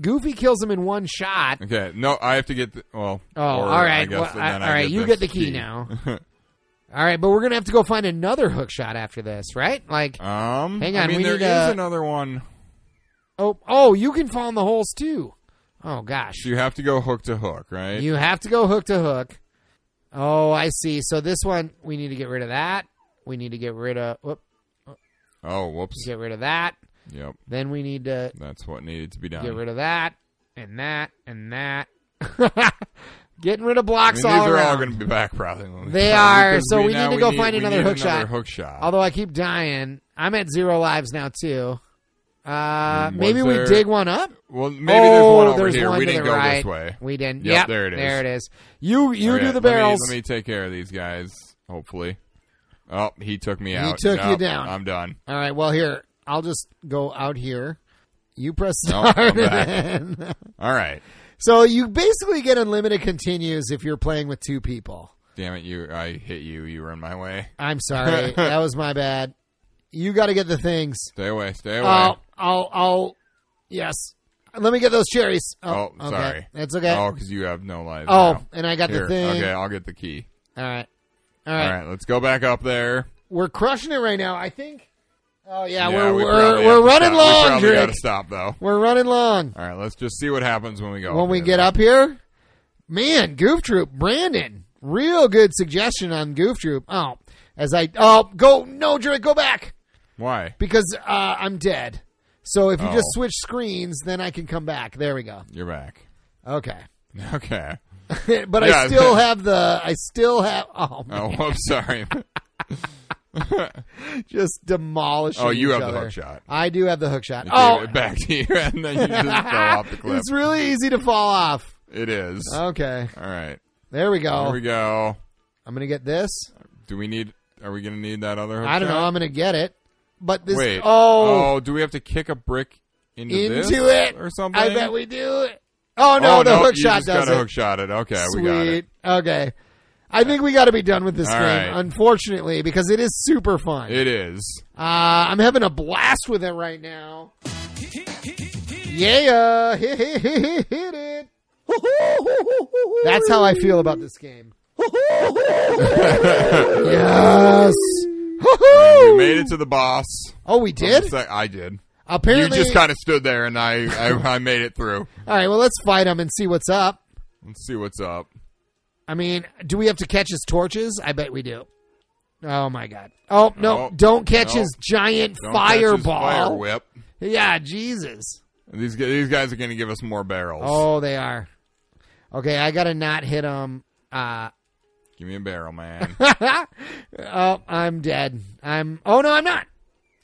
A: Goofy kills them in one shot.
B: Okay. No, I have to get. The, well.
A: Oh,
B: or
A: all
B: I
A: right.
B: guess,
A: Well,
B: and
A: I-
B: then
A: all
B: I
A: right,
B: get
A: you
B: this
A: get the key,
B: [laughs]
A: now. All right, but we're gonna have to go find another hook shot after this, right? Like,
B: Um.
A: Hang
B: I
A: on,
B: mean,
A: we
B: there
A: need uh,
B: is
A: a-
B: another one.
A: oh, oh, you can fall in the holes too. Oh gosh,
B: So you have to go hook to hook, right?
A: you have to go hook to hook. Oh, I see. So this one, we need to get rid of that. We need to get rid of. Whoop,
B: oh, whoops.
A: get rid of that.
B: Yep.
A: Then we need to
B: That's what needed to be done.
A: Get rid of that and that and that. [laughs] Getting rid of
B: I mean,
A: blocks
B: these
A: all
B: are
A: around.
B: all going to be back probably. when
A: [laughs]
B: we
A: They
B: come,
A: are,
B: because
A: so we
B: now
A: need to go
B: need-
A: find
B: we
A: another
B: need
A: hook shot.
B: hook shot.
A: Although I keep dying, I'm at zero lives now too. Uh,
B: Was
A: maybe we
B: Mm, there-
A: dig one up.
B: Well, maybe there's
A: Oh,
B: one over
A: there's
B: here.
A: one
B: we
A: to
B: didn't
A: the
B: go
A: right.
B: this way.
A: We didn't.
B: Yep,
A: Yep,
B: there it is.
A: There it is. You you
B: All
A: do
B: right,
A: the
B: let me-
A: barrels.
B: Let me, take care of these guys. Hopefully. Oh, he took me out.
A: took you
B: Nope,
A: down.
B: I'm done.
A: All right. Well, here I'll just go out here. You press
B: Nope,
A: start.
B: I'm
A: [laughs]
B: back.
A: and then-
B: All right.
A: so you basically get unlimited continues if you're playing with two people.
B: Damn it! You, I hit you. You were in my way.
A: I'm
B: [laughs]
A: sorry. that was my bad. You got to get the things.
B: Stay away. Stay away.
A: I'll, I'll, I'll, yes. Let me get those cherries.
B: Oh,
A: okay.
B: sorry.
A: That's okay.
B: Oh, because you have no life.
A: Oh,
B: now.
A: and I got
B: Here,
A: the thing.
B: Okay, I'll get the key.
A: All right. All
B: All
A: right.
B: right, let's go back up there.
A: We're crushing it right now. I think. Oh, yeah.
B: Yeah,
A: we're
B: we
A: we're,
B: probably
A: we're
B: have to
A: running
B: stop. We
A: long,
B: probably got
A: Drake.
B: to stop though.
A: We're running long.
B: All right, let's just see what happens when we go.
A: when
B: up
A: we
B: there,
A: get
B: though.
A: up here, man, Goof Troop, Brandon, real good suggestion on Goof Troop. Oh, as I, oh, go, no, Drake, go back
B: Why?
A: because uh, I'm dead. So if you just
B: Oh.
A: switch screens, then I can come back. There we go.
B: You're back. [laughs]
A: Okay.
B: Okay.
A: but I
B: Yeah.
A: still have the. I still have. Oh, man,
B: Oh, I'm sorry.
A: [laughs] just demolishing.
B: Oh, you
A: each
B: have the
A: other.
B: hook shot.
A: I do have the hook shot.
B: I gave
A: Oh,
B: it back to you, [laughs] and then you just
A: [laughs]
B: fell off the cliff.
A: it's Oh. really easy to fall off.
B: It is.
A: Okay,
B: All right.
A: there we go.
B: Here we go.
A: I'm gonna get this.
B: Do we need? Are we gonna need that other? Hook
A: I don't know.
B: shot?
A: I'm gonna get it. But this.
B: Wait.
A: Oh,
B: do we have to kick a brick into, this
A: into it
B: or something?
A: I bet we do it. Oh no,
B: oh,
A: the
B: no,
A: hook
B: you
A: shot
B: just
A: does
B: gotta
A: it.
B: hook shot it. Okay,
A: Sweet.
B: we got it.
A: Okay. I think we got to be done with this
B: All
A: game,
B: right.
A: unfortunately, because it is super fun.
B: It is.
A: Uh, I'm having a blast with it right now. Yeah, [laughs] hit, hit, hit, hit, hit it. That's how I feel about this game. yes. [laughs]
B: We
A: Hoo-hoo.
B: made it to the boss.
A: Oh, we did.
B: Sec- I did. You
A: Apparently,
B: just kind of stood there, and I, I I made it through.
A: all right. Well, let's fight him and see what's up.
B: Let's see what's up.
A: I mean, do we have to catch his torches? I bet we do. Oh my god! Oh no!
B: Oh,
A: don't catch
B: no.
A: his giant
B: Don't touch his fire
A: fireball.
B: whip.
A: yeah, Jesus.
B: These gu- these guys are going to give us more barrels.
A: Oh, they are. Okay, I gotta not hit him. Uh,
B: Give me a
A: [laughs]
B: barrel, man.
A: oh, I'm dead. I'm. Oh no, I'm not.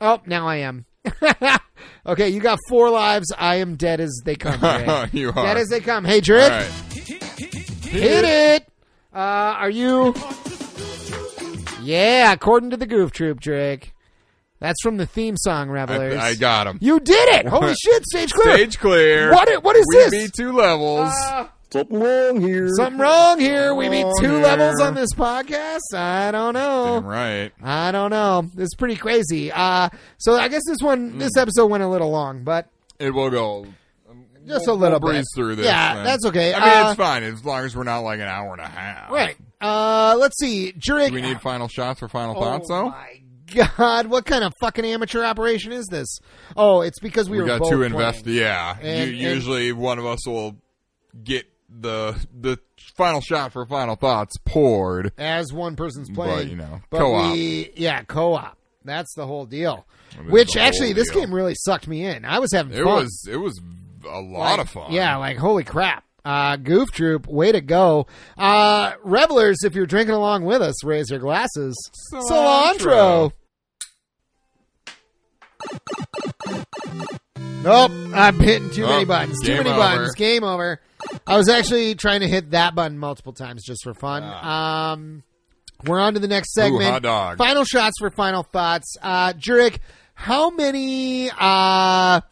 A: Oh, now I am. [laughs] okay, you got four lives. I am dead as they
B: [laughs]
A: come. Dre.
B: you are.
A: dead as they come. Hey,
B: All
A: Drake,
B: right.
A: hit it. Uh, are you? Yeah, according to the Goof Troop, Drake. That's from the theme song,
B: I,
A: Revelers.
B: I got him.
A: you did it!
B: [laughs]
A: Holy shit, stage clear.
B: Stage clear.
A: What? i- What is
B: we
A: this?
B: beat two levels.
A: Uh,
C: Something wrong here.
A: Something wrong here. We beat two
B: Wrong
A: levels
B: here.
A: on this podcast. I don't know.
B: Damn right.
A: I don't know. It's pretty crazy. Uh, so I guess this one, this
B: Hmm.
A: episode went a little long, but
B: It will go
A: just a
B: We'll-
A: little
B: we'll
A: bit.
B: breeze through this.
A: Yeah,
B: then.
A: that's okay.
B: I mean,
A: Uh,
B: it's fine as long as we're not like an hour and a half.
A: right. Uh, let's see. Drake.
B: Do we need final shots or final
A: oh
B: thoughts? Though
A: my god, what kind of fucking amateur operation is this? Oh, it's because we,
B: we
A: were
B: got
A: both
B: to
A: playing.
B: invest. Yeah,
A: And-
B: you,
A: and-
B: usually one of us will get the the final shot for final thoughts poured.
A: as one person's playing.
B: But, you know,
A: But
B: co-op.
A: we- yeah, co-op. That's the whole deal.
B: mean,
A: Which
B: the whole
A: actually, this
B: deal.
A: game really sucked me in. I was having
B: It
A: fun.
B: was it was a lot
A: Like,
B: of fun.
A: Yeah, like holy crap. Uh, Goof Troop, way to go. Uh, revelers, if you're drinking along with us, raise your glasses. Cilantro.
B: Cilantro.
A: Nope, I'm hitting too many
B: Oh,
A: buttons. Too
B: game
A: many
B: over.
A: buttons. Game over. I was actually trying to hit that button multiple times just for fun. Um, we're on to the next segment.
B: Ah. hot dog.
A: Final shots for final thoughts. Uh, Jurek, how many uh,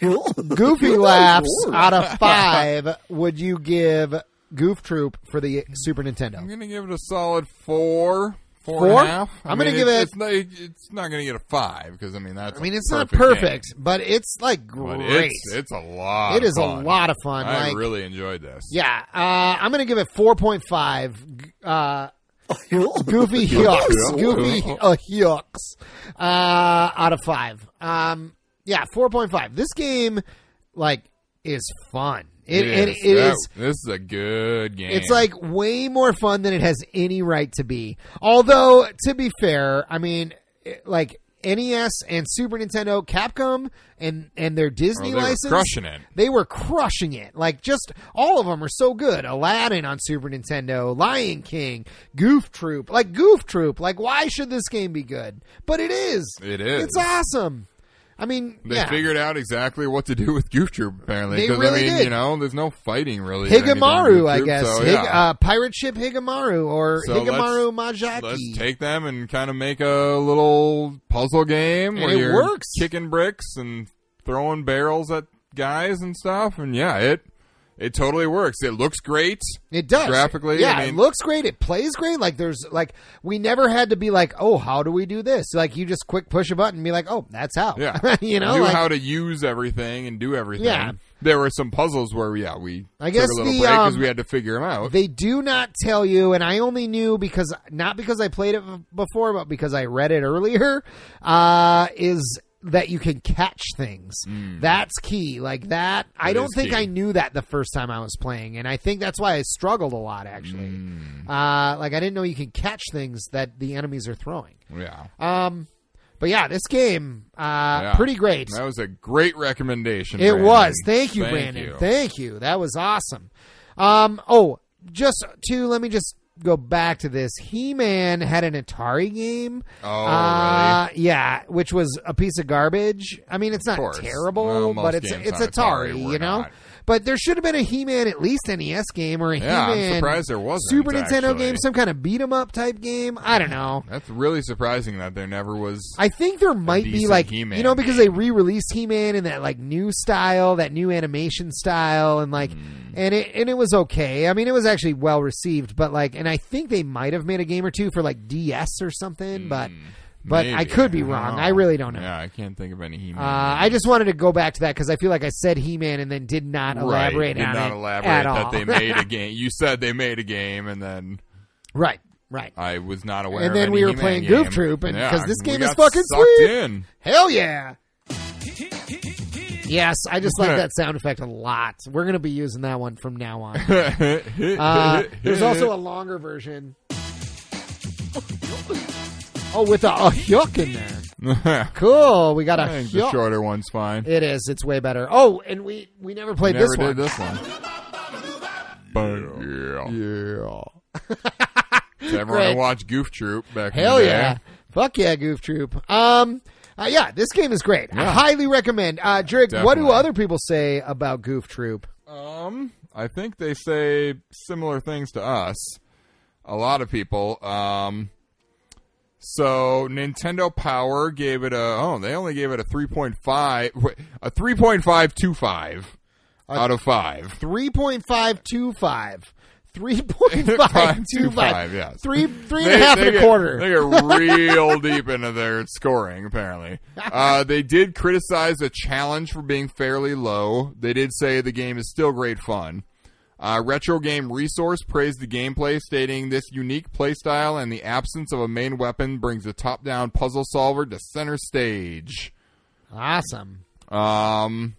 A: goofy
C: Good
A: laughs
C: lord.
A: out [laughs] of five would you give Goof Troop for the Super
B: I'm
A: Nintendo?
B: gonna give it a solid four. Four
A: Four?
B: and a half. I
A: I'm gonna
B: mean,
A: give
B: it's-
A: it-
B: It's not, it's not gonna get a five because I mean that's.
A: I mean,
B: a
A: it's
B: perfect
A: not
B: game.
A: perfect, but it's like
B: But
A: great.
B: it's it's a lot.
A: It
B: of
A: is a
B: fun.
A: lot of fun.
B: I
A: like,
B: really enjoyed this.
A: yeah, uh, I'm gonna give it 4.5. Uh,
B: [laughs]
A: goofy yucks, goofy uh, yucks, uh, out of five. Um, yeah, 4.5. This game, like, is fun. It, it, it
B: That-
A: is
B: This is a good game.
A: It's like way more fun than it has any right to be. Although, to be fair, I mean, it- eh, like NES and Super Nintendo, Capcom, and and their
B: Oh,
A: Disney
B: they were
A: license,
B: crushing it.
A: they were crushing it. Like just all of them are so good. Aladdin on Super Nintendo, Lion King, Goof Troop, like Goof Troop. Like why should this game be good? But it is.
B: It is.
A: It's awesome. I mean,
B: They
A: yeah.
B: figured out exactly what to do with Goof Troop, apparently.
A: They
B: 'cause,
A: really
B: I mean,
A: did.
B: you know, there's no fighting really. in anything
A: Higamaru,
B: Goof
A: I
B: Troop,
A: guess.
B: So,
A: Hig-
B: yeah.
A: uh, pirate ship Higamaru or
B: So
A: Higamaru Majaki.
B: Let's take them and kind of make a little puzzle game
A: And
B: where
A: it
B: you're
A: works.
B: kicking bricks and throwing barrels at guys and stuff. And yeah, it it totally works. It looks great.
A: It does
B: Graphically,
A: Yeah,
B: I
A: it
B: mean-
A: looks great. It plays great. Like there's like we never had to be like, oh, how do we do this? Like you just quick push a button, and be like, oh, that's how.
B: Yeah,
A: [laughs] you know,
B: knew
A: like,
B: how to use everything and do everything.
A: Yeah.
B: there were some puzzles where yeah we
A: I guess
B: took a little
A: the,
B: break because
A: um,
B: we had to figure them out.
A: They do not tell you, and I only knew because not because I played it before, but because I read it earlier. Uh, is that you can catch things? That's key. Like that, I
B: Mm. That
A: don't
B: is
A: think
B: key.
A: I knew that the first time I was playing, and I think that's why I struggled a lot actually.
B: Mm.
A: Uh, like I didn't know you can catch things that the enemies are throwing.
B: yeah,
A: Um, but yeah, this game, uh,
B: Yeah.
A: pretty great.
B: that was a great recommendation.
A: It
B: Brandon.
A: was. Thank you,
B: Thank
A: Brandon.
B: you.
A: Thank you. That was awesome. Um, oh, just to let me just go back to this. He Man had an Atari game.
B: Oh,
A: uh, yeah, which was a piece of garbage. I mean, it's not
B: course.
A: terrible,
B: Well, most
A: but it's
B: games
A: it's
B: on
A: Atari,
B: Atari were
A: you know.
B: not.
A: But there should have been a He Man at least NES game or a
B: Yeah,
A: He Man
B: I'm surprised there wasn't.
A: Super Nintendo
B: actually.
A: game, some kind of beat 'em up type game. I don't know.
B: That's really surprising that there never was.
A: I think there might be
B: decent
A: like
B: He-Man
A: you know because they re-released He-Man in that like new style, that new animation style, and like
B: Hmm.
A: and it and it was okay. I mean, it was actually well received, but like and I think they might have made a game or two for like DS or something, but but I
B: Hmm. maybe.
A: could be
B: don't
A: wrong.
B: know.
A: I really don't know.
B: Yeah, I can't think of any He-Man.
A: Uh, I just wanted to go back to that because I feel like I said He-Man and then did not elaborate
B: right. Did
A: on
B: not
A: it
B: elaborate
A: at
B: that
A: all.
B: they made a game. You said they made a game, and then
A: [laughs] right, right.
B: I was not aware.
A: And
B: of
A: then
B: any
A: we were
B: He-Man
A: playing
B: game.
A: Goof Troop, and-
B: Yeah,
A: 'cause this
B: we
A: game is
B: got
A: fucking
B: sucked
A: sweet.
B: in. [laughs]
A: Hell yeah. Yes, I just like that sound effect a lot. We're gonna be using that one from now on. Uh, [laughs] there's also a longer version. Oh, with a, a yuck in there.
B: [laughs] I
A: Cool. We got a
B: think the
A: yuck.
B: shorter one's fine.
A: It is. It's way better. Oh, and we we never played
B: Never
A: this
B: did
A: one. [laughs]
B: this one. yeah.
A: Yeah.
B: So everyone
A: Great.
B: watch Goof Troop back. in
A: Hell
B: the day.
A: yeah. Fuck yeah, Goof Troop. Um. uh, yeah, this game is great. I
B: Yeah.
A: highly recommend. Uh, Drake, what do
B: Definitely.
A: other people say about Goof Troop?
B: Um, I think they say similar things to us. A lot of people. Um, so Nintendo Power gave it a oh they only gave it a three point five [laughs] a three point five two five out of five.
A: 3.525. 3.525.
B: yes.
A: Three, three and a half and a
B: get-
A: quarter.
B: They get real deep into their scoring, apparently. Uh, they did criticize the challenge for being fairly low. They did say the game is still great fun. Uh, Retro Game Resource praised the gameplay, stating this unique playstyle and the absence of a main weapon brings the top down puzzle solver to center stage.
A: Awesome.
B: Um,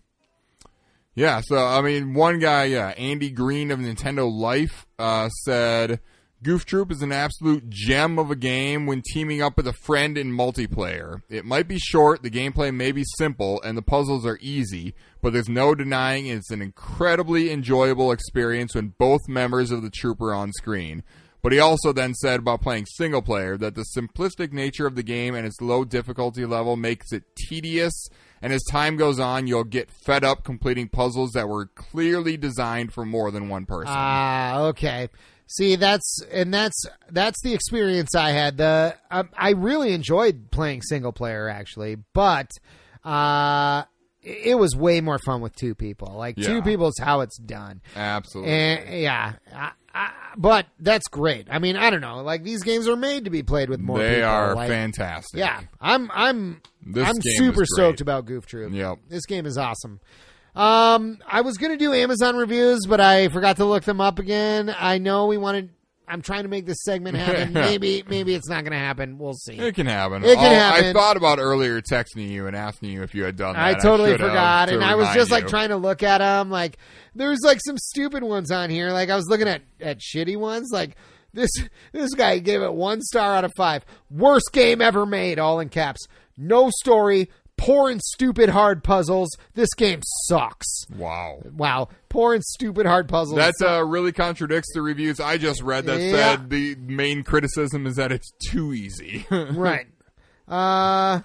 B: yeah, so I mean, one guy, yeah, Andy Green of Nintendo Life, uh, said Goof Troop is an absolute gem of a game when teaming up with a friend in multiplayer. It might be short, the gameplay may be simple, and the puzzles are easy, but there's no denying it's an incredibly enjoyable experience when both members of the troop are on screen. But he also then said about playing single player that the simplistic nature of the game and its low difficulty level makes it tedious, and as time goes on, you'll get fed up completing puzzles that were clearly designed for more than one person.
A: Ah, okay. See, that's and that's that's the experience I had. The um, I really enjoyed playing single player actually, but uh, it it was way more fun with two people. Like
B: Yeah.
A: two people is how it's done.
B: Absolutely.
A: And, yeah, I, I, but that's great. I mean, I don't know. Like these games are made to be played with more.
B: they
A: people.
B: are
A: like,
B: fantastic.
A: Yeah, I'm I'm
B: This
A: I'm
B: game is
A: super
B: great.
A: stoked about Goof Troop.
B: Yep.
A: this game is awesome. Um, I was gonna do Amazon reviews, but I forgot to look them up again. I know we wanted. I'm trying to make this segment happen.
B: [laughs]
A: maybe maybe it's not gonna happen. We'll see.
B: It can happen.
A: It can
B: Oh,
A: happen.
B: I thought about earlier texting you and asking you if you had done that.
A: I totally
B: should have
A: forgot,
B: to
A: and I was
B: remind
A: just like
B: you.
A: trying to look at them. Like there was like some stupid ones on here. Like I was looking at at shitty ones. Like This this guy gave it one star out of five. Worst game ever made, all in caps. No story, poor and stupid hard puzzles. This game sucks.
B: Wow.
A: Wow, poor and stupid hard puzzles.
B: That uh, really contradicts the reviews I just read that
A: Yeah.
B: said the main criticism is that it's too easy. [laughs]
A: right. Uh,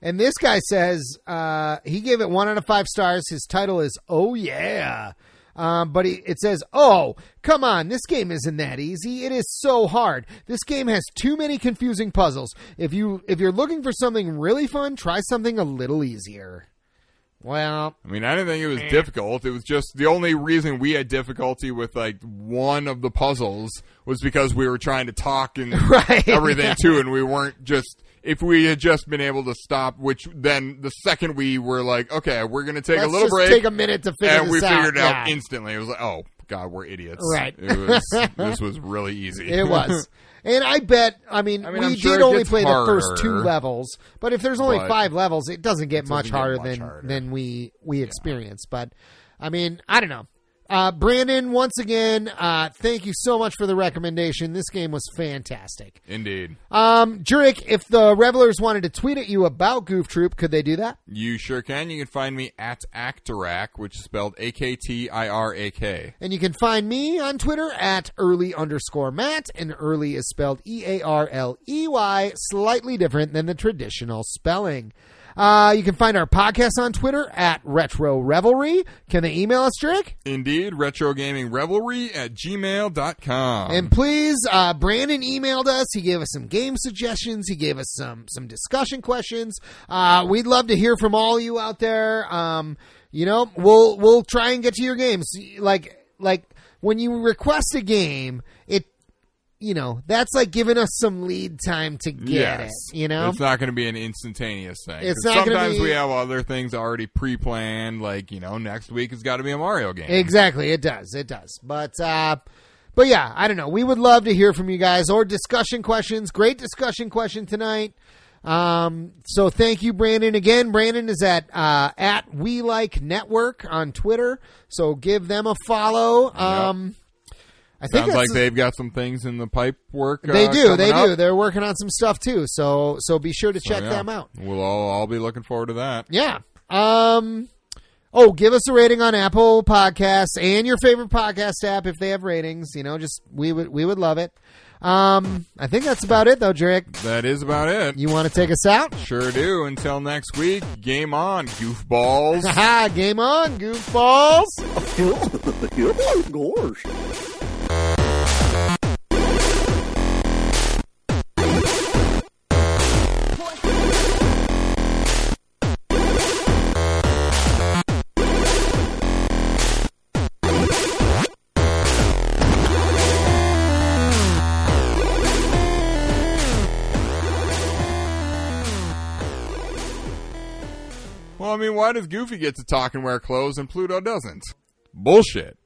A: and this guy says uh, he gave it one out of five stars. His title is "Oh Yeah," um, but he, it says, "Oh, come on, this game isn't that easy. It is so hard. This game has too many confusing puzzles. If you if you're looking for something really fun, try something a little easier." Well, [laughs]
B: I mean, I didn't think it was difficult. It was just the only reason we had difficulty with like one of the puzzles was because we were trying to talk and
A: [laughs] Right.
B: everything too, and we weren't just. If we had just been able to stop, which then the second we were like, okay, we're gonna take
A: let's
B: a little
A: just
B: break,
A: take a minute to figure
B: and
A: this
B: we
A: out.
B: figured it out
A: Yeah.
B: instantly. It was like, oh god, we're idiots.
A: Right.
B: It was,
A: [laughs]
B: this was really easy. [laughs]
A: It was. And I bet, I mean,
B: I mean,
A: we
B: I'm
A: did
B: sure it
A: only
B: gets
A: play the first two
B: harder.
A: levels, but if there's only
B: But
A: five levels, it doesn't get much
B: get
A: harder
B: much
A: than
B: harder.
A: than we we experienced. But I mean, I don't know. Uh, Brandon, once again, uh, thank you so much for the recommendation. This game was fantastic.
B: Indeed,
A: Um, Jurek, if the revelers wanted to tweet at you about Goof Troop, could they do that?
B: you sure can. You can find me at Actorac, which is spelled A K T I R A K.
A: And you can find me on Twitter at early underscore Matt, and early is spelled E A R L E Y, slightly different than the traditional spelling. Uh, you can find our podcast on Twitter at Retro Revelry. Can they email us, Drake?
B: Indeed, retro gaming revelry at gmail.com.
A: And please, uh, Brandon emailed us. He gave us some game suggestions. He gave us some some discussion questions. Uh, we'd love to hear from all you out there. Um, you know, we'll we'll try and get to your games. Like like when you request a game, it you know that's like giving us some lead time to get
B: yes.
A: it. You know,
B: It's not going to be an instantaneous thing.
A: It's
B: 'Cause
A: not gonna
B: Sometimes
A: be-
B: we have other things already pre planned, like, you know, next week has got to be a Mario game.
A: Exactly, it does. It does. But uh but yeah, I don't know. We would love to hear from you guys or discussion questions. Great discussion question tonight. Um, so thank you, Brandon. Again, Brandon is at uh, at We Like Network on Twitter. So give them a follow. Um, I think
B: Sounds
A: that's
B: like they've got some things in the pipe work.
A: they
B: uh,
A: do.
B: coming
A: They
B: up. Oh,
A: do. They're working on some stuff too. So so be sure to check
B: Yeah.
A: them out.
B: We'll all, all be looking forward to that.
A: Yeah. Um. Oh, give us a rating on Apple Podcasts and your favorite podcast app if they have ratings. You know, just we would we would love it. Um, I think that's about it though, Drake.
B: That is about it.
A: You want to take us out? [laughs]
B: sure do. Until next week, game on, goofballs.
A: Haha, game on, goofballs.
C: Gorsh.
B: well, I mean, why does Goofy get to talk and wear clothes and Pluto doesn't? Bullshit.